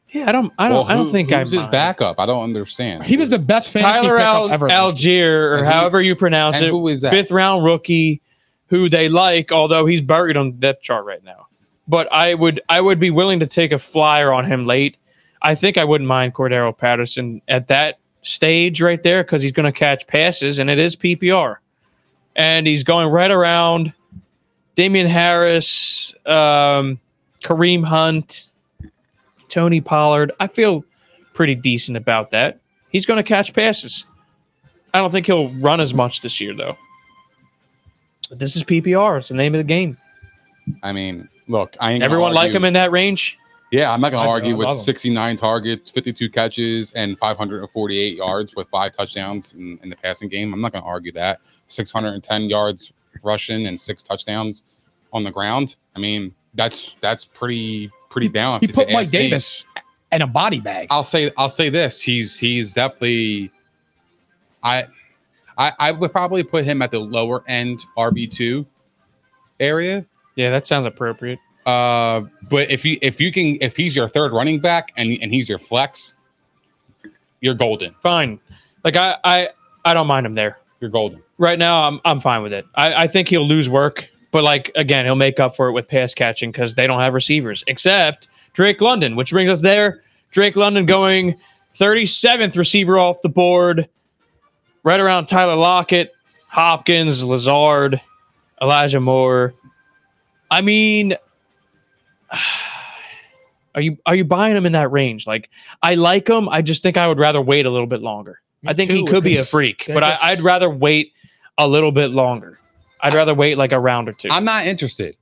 C: yeah i don't i don't i don't think i'm
A: who's his backup I don't understand
B: He was the best fantasy
C: tyler
B: pickup
C: Al-
B: ever.
C: algier or
A: And who-
C: however you pronounce
A: and
C: it
A: who is that
C: fifth round rookie who they like, although he's buried on the depth chart right now. But I would I would be willing to take a flyer on him late. I think I wouldn't mind Cordero Patterson at that stage right there because he's going to catch passes and it is PPR, and he's going right around Damian Harris, um, Kareem Hunt, Tony Pollard. I feel pretty decent about that. He's going to catch passes. I don't think he'll run as much this year though. But this is PPR. It's the name of the game.
A: I mean look I ain't gonna
C: Everyone like
A: argue-
C: him in that range.
A: yeah I'm not
B: I-
A: gonna
B: I
A: argue with
B: love him.
A: 69 targets 52 catches and 548 yards with five touchdowns in, in the passing game I'm not gonna argue that 610 yards rushing and six touchdowns on the ground. I mean, that's that's pretty pretty balanced.
B: he
A: If
B: put
A: you
B: Mike
A: ask me,
B: Davis in a body bag.
A: I'll say I'll say this. He's he's definitely I I I would probably put him at the lower end RB two area.
C: Yeah, that sounds appropriate.
A: Uh but if you if you can if he's your third running back and and he's your flex, you're golden.
C: Fine. Like I, I, I don't mind him there.
A: You're golden.
C: Right now, I'm, I'm fine with it. I, I think he'll lose work, but like again, he'll make up for it with pass catching because they don't have receivers except Drake London, which brings us there. Drake London going 37th receiver off the board, right around Tyler Lockett, Hopkins, Lazard, Elijah Moore. I mean, are you are you buying him in that range? Like, I like him. I just think I would rather wait a little bit longer.
B: Me
C: I think he
B: too,
C: could be a
B: because
C: freak,
B: they're
C: but
B: just-
C: I, I'd rather wait a little bit longer. I'd rather wait like a round or 2
A: I'm not interested.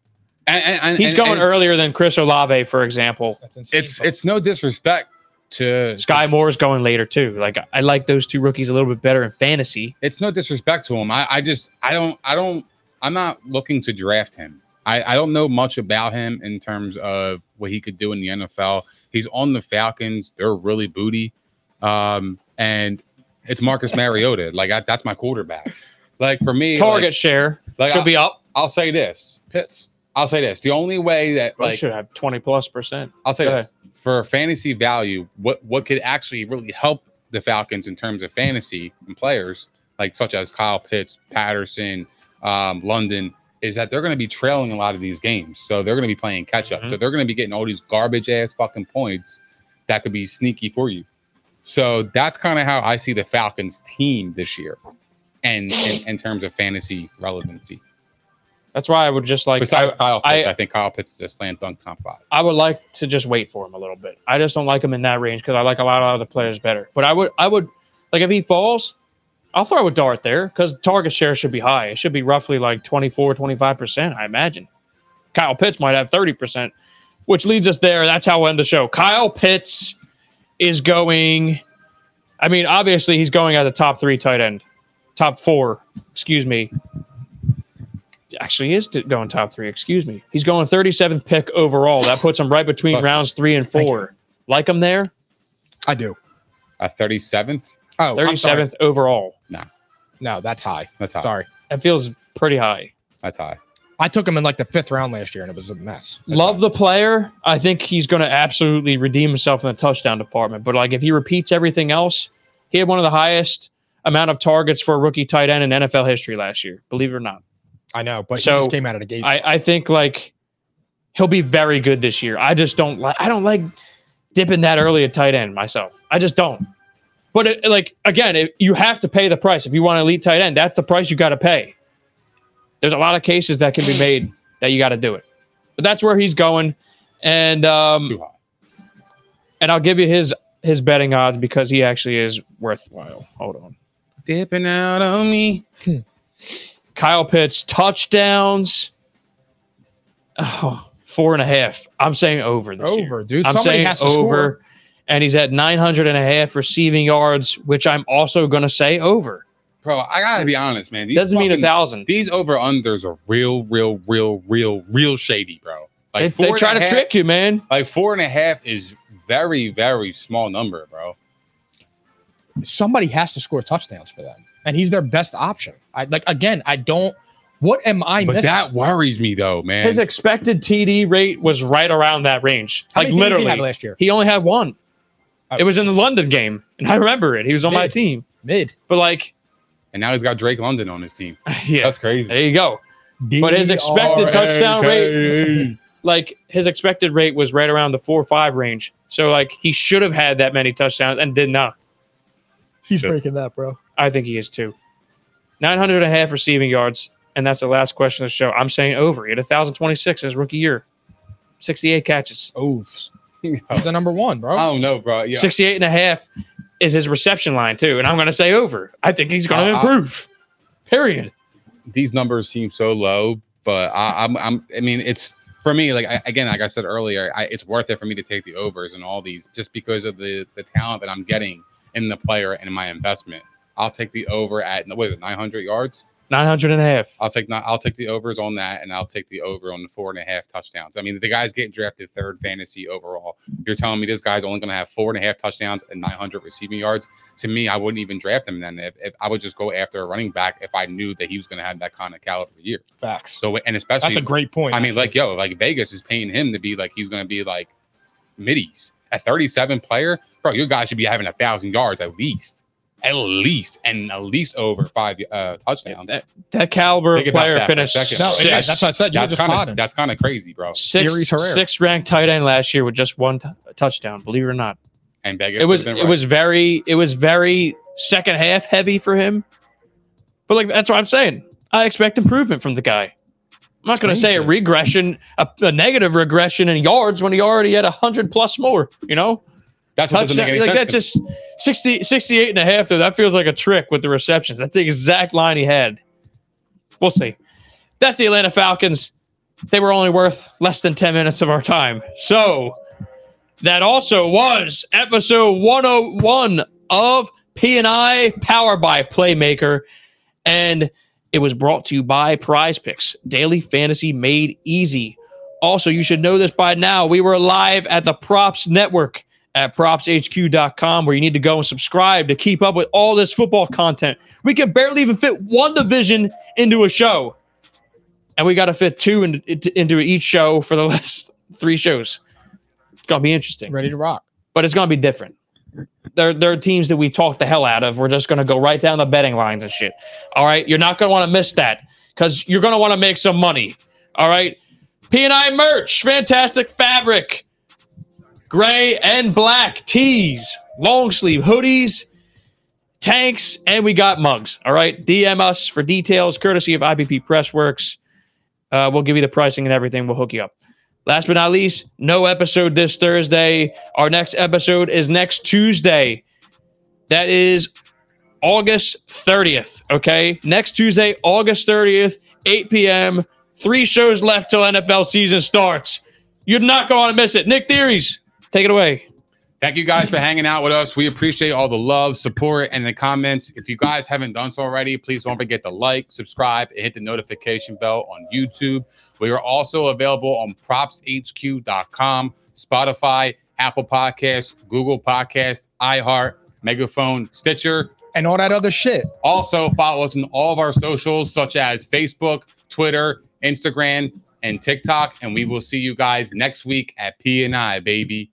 A: And, and, and-
C: He's
A: and-
C: going
A: and it's-
C: earlier than Chris Olave, for example.
B: That's insane.
A: It's it's no disrespect to
C: Sky Moore's going later too. Like I like those two rookies a little bit better in fantasy.
A: it's no disrespect to him. I, I just I don't I don't I'm not looking to draft him. I, I don't know much about him in terms of what he could do in the NFL. He's on the Falcons. They're really booty. Um, and it's Marcus Mariota. Like I, that's my quarterback. Like for me,
C: Target
A: like,
C: share
A: like,
C: should
A: I-
C: be up.
A: I'll say this, Pitts. I'll say this. The only way that
C: Like,
A: like
C: should have twenty plus percent.
A: I'll say
C: Oh, Go
A: this for fantasy value, what what could actually really help the Falcons in terms of fantasy and players like such as Kyle Pitts, Patterson, um, London is that they're going to be trailing a lot of these games. So they're going to be playing catch up. So they're going to be getting all these garbage ass fucking points that could be sneaky for you. So that's kind of how I see the Falcons team this year and in, in terms of fantasy relevancy.
C: That's why I would just like.
A: Besides
C: I,
A: Kyle Pitts, I,
C: I-
A: think Kyle Pitts is a slam dunk top five.
C: I would like to just wait for him a little bit. I just don't like him in that range because I like a lot of other players better. But I would, I would like if he falls, I'll throw a dart there because target share should be high. It should be roughly like 24, 25 percent, I imagine. Kyle Pitts might have thirty percent, which leads us there. That's how we'll end the show. Kyle Pitts is going. I mean, obviously he's going as a top three tight end, top four. Excuse me. Actually, he is t- going top three. Excuse me. He's going 37th pick overall. That puts him right between
A: Awesome.
C: rounds three and four. Like him there,
B: I do.
A: A 37th?
B: Oh, 37th.
C: 37th overall.
B: No, that's high.
A: That's high.
B: Sorry.
C: That feels pretty high.
A: That's high.
B: I took him in like the fifth round last year and it was a mess.
C: Love the player. I think he's going to absolutely redeem himself in the touchdown department. But like, if he repeats everything else, he had one of the highest amount of targets for a rookie tight end in NFL history last year. Believe it or not,
B: I know, but
C: So,
B: he just came out of the gate.
C: I, I think like he'll be very good this year. I just don't like I don't like dipping that early at tight end myself. I just don't. But it, like again, it, you have to pay the price if you want an elite tight end. That's the price you got to pay. There's a lot of cases that can be made that you got to do it. But that's where he's going, and
A: Too
C: um,
A: high.
C: and I'll give you his his betting odds because he actually is worthwhile. Hold on.
A: Dipping out on me.
C: Kyle Pitts touchdowns. Oh, four and a half. I'm saying over this year.
B: Over, dude.
C: I'm
B: Somebody
C: saying
B: has to
C: over.
B: score.
C: And he's at 900 and a half receiving yards, which I'm also going to say over.
A: Bro, I gotta be honest, man. These
C: Doesn't mean a
A: fucking-
C: thousand.
A: These over unders are real, real, real, real, real shady, bro.
C: They,
A: Like
C: they
A: and
C: try
A: a
C: to
A: half-
C: trick you, man.
A: Like four and a half is very, very small number, bro.
B: Somebody has to score touchdowns for them, and he's their best option. I like again. I don't. What am I
A: But
B: missing?
A: that worries me though, man.
C: His expected TD rate was right around that range.
B: How
C: like
B: many TDs he had
C: literally,
B: last year?
C: he only had one.
B: Oh.
C: It was in the London game, and I remember it. He was on my
B: Mid.
C: team,
B: mid.
C: but like,
A: and now he's got Drake London on his team.
C: yeah,
A: That's E crazy.
C: there you go. But his expected touchdown rate, like his expected rate was right around the four or five range. So like he should have had that many touchdowns and did not.
B: He's
A: Shit.
B: breaking that, bro.
C: I think he is too. 900 and a half receiving yards. And that's the last question of the show. I'm saying over. He had 1,026 his rookie year. 68 catches.
B: Oofs. He's the number one, bro.
A: I
C: Oh.
A: don't know, bro. Yeah.
C: 68 and a half is his reception line too. And I'm going to say over. I think he's going to
A: Uh, I-
C: improve. Period.
A: these numbers seem so low, but I, I'm, I'm, I mean, it's for me, like I, again, like I said earlier, I, it's worth it for me to take the overs and all these just because of the the talent that I'm getting in the player and in my investment. I'll take the over at what is it, 900 yards?
C: 900 and a half.
A: I'll take not, I'll take the overs on that, and I'll take the over on the four and a half touchdowns. I mean, the guy's getting drafted third fantasy overall. You're telling me this guy's only going to have four and a half touchdowns and 900 receiving yards? To me, I wouldn't even draft him then. If, if I would just go after a running back if I knew that he was going to have that kind of caliber year.
B: Facts.
A: So and especially
B: That's a great point.
A: I mean, like yo, like Vegas is paying him to be like he's going to be like middies at 37 player, bro. Your guy should be having a thousand yards at least, at least, and at least over five uh, touchdowns.
C: That, that caliber of
A: Think about
C: player
A: that for a
C: finished
A: second.
B: no,
C: sixth,
B: yeah, that's what I said. You were
A: that's
B: just
A: kind
B: potting.
A: of that's kind of crazy, bro.
B: Yuri's
C: sixth,
B: Herrera.
C: sixth ranked tight end last year with just one t- touchdown. Believe it or not.
A: And Vegas,
C: it was
A: would've
C: it
A: been right.
C: was very it was very second half heavy for him. But like that's what I'm saying. I expect improvement from the guy. I'm not going to say a regression, a, a negative regression in yards when he already had 100 plus more, you know?
A: that's what doesn't make
C: Touchdown,
A: any
C: like
A: sense.
C: that's just 60, 68 and a half, though. That feels like a trick with the receptions. That's the exact line he had. We'll see. That's the Atlanta Falcons. They were only worth less than 10 minutes of our time. So that also was episode 101 of P&I powered by Playmaker. And it was brought to you by Prize Picks, daily fantasy made easy. Also, you should know this by now. We were live at the Props Network at propshq.com where you need to go and subscribe to keep up with all this football content. We can barely even fit one division into a show. And we got to fit two in, into- into each show for the last three shows. It's going to be interesting
B: ready to rock.
C: but it's going to be different. There, there are teams that we talk the hell out of. We're just going to go right down the betting lines and shit. All right. You're not going to want to miss that. because you're going to want to make some money. All right. P&I merch, fantastic fabric, gray and black tees, long sleeve hoodies, tanks, and we got mugs. All right. DM us for details, courtesy of IBP Pressworks. Uh, we'll give you the pricing and everything. We'll hook you up. Last but not least, no episode this Thursday. Our next episode is next Tuesday. That is August 30th. Okay. Next Tuesday, August 30th, 8 p.m. Three shows left till NFL season starts. You're not going to miss it. Nick Theories, take it away.
A: Thank you guys for hanging out with us. We appreciate all the love, support, and the comments. If you guys haven't done so already, please don't forget to like, subscribe, and hit the notification bell on YouTube. We are also available on propshq.com, Spotify, Apple Podcasts, Google Podcasts, iHeart, Megaphone, Stitcher.
B: and all that other shit.
A: Also, follow us on all of our socials, such as Facebook, Twitter, Instagram, and TikTok. And we will see you guys next week at P and I, baby.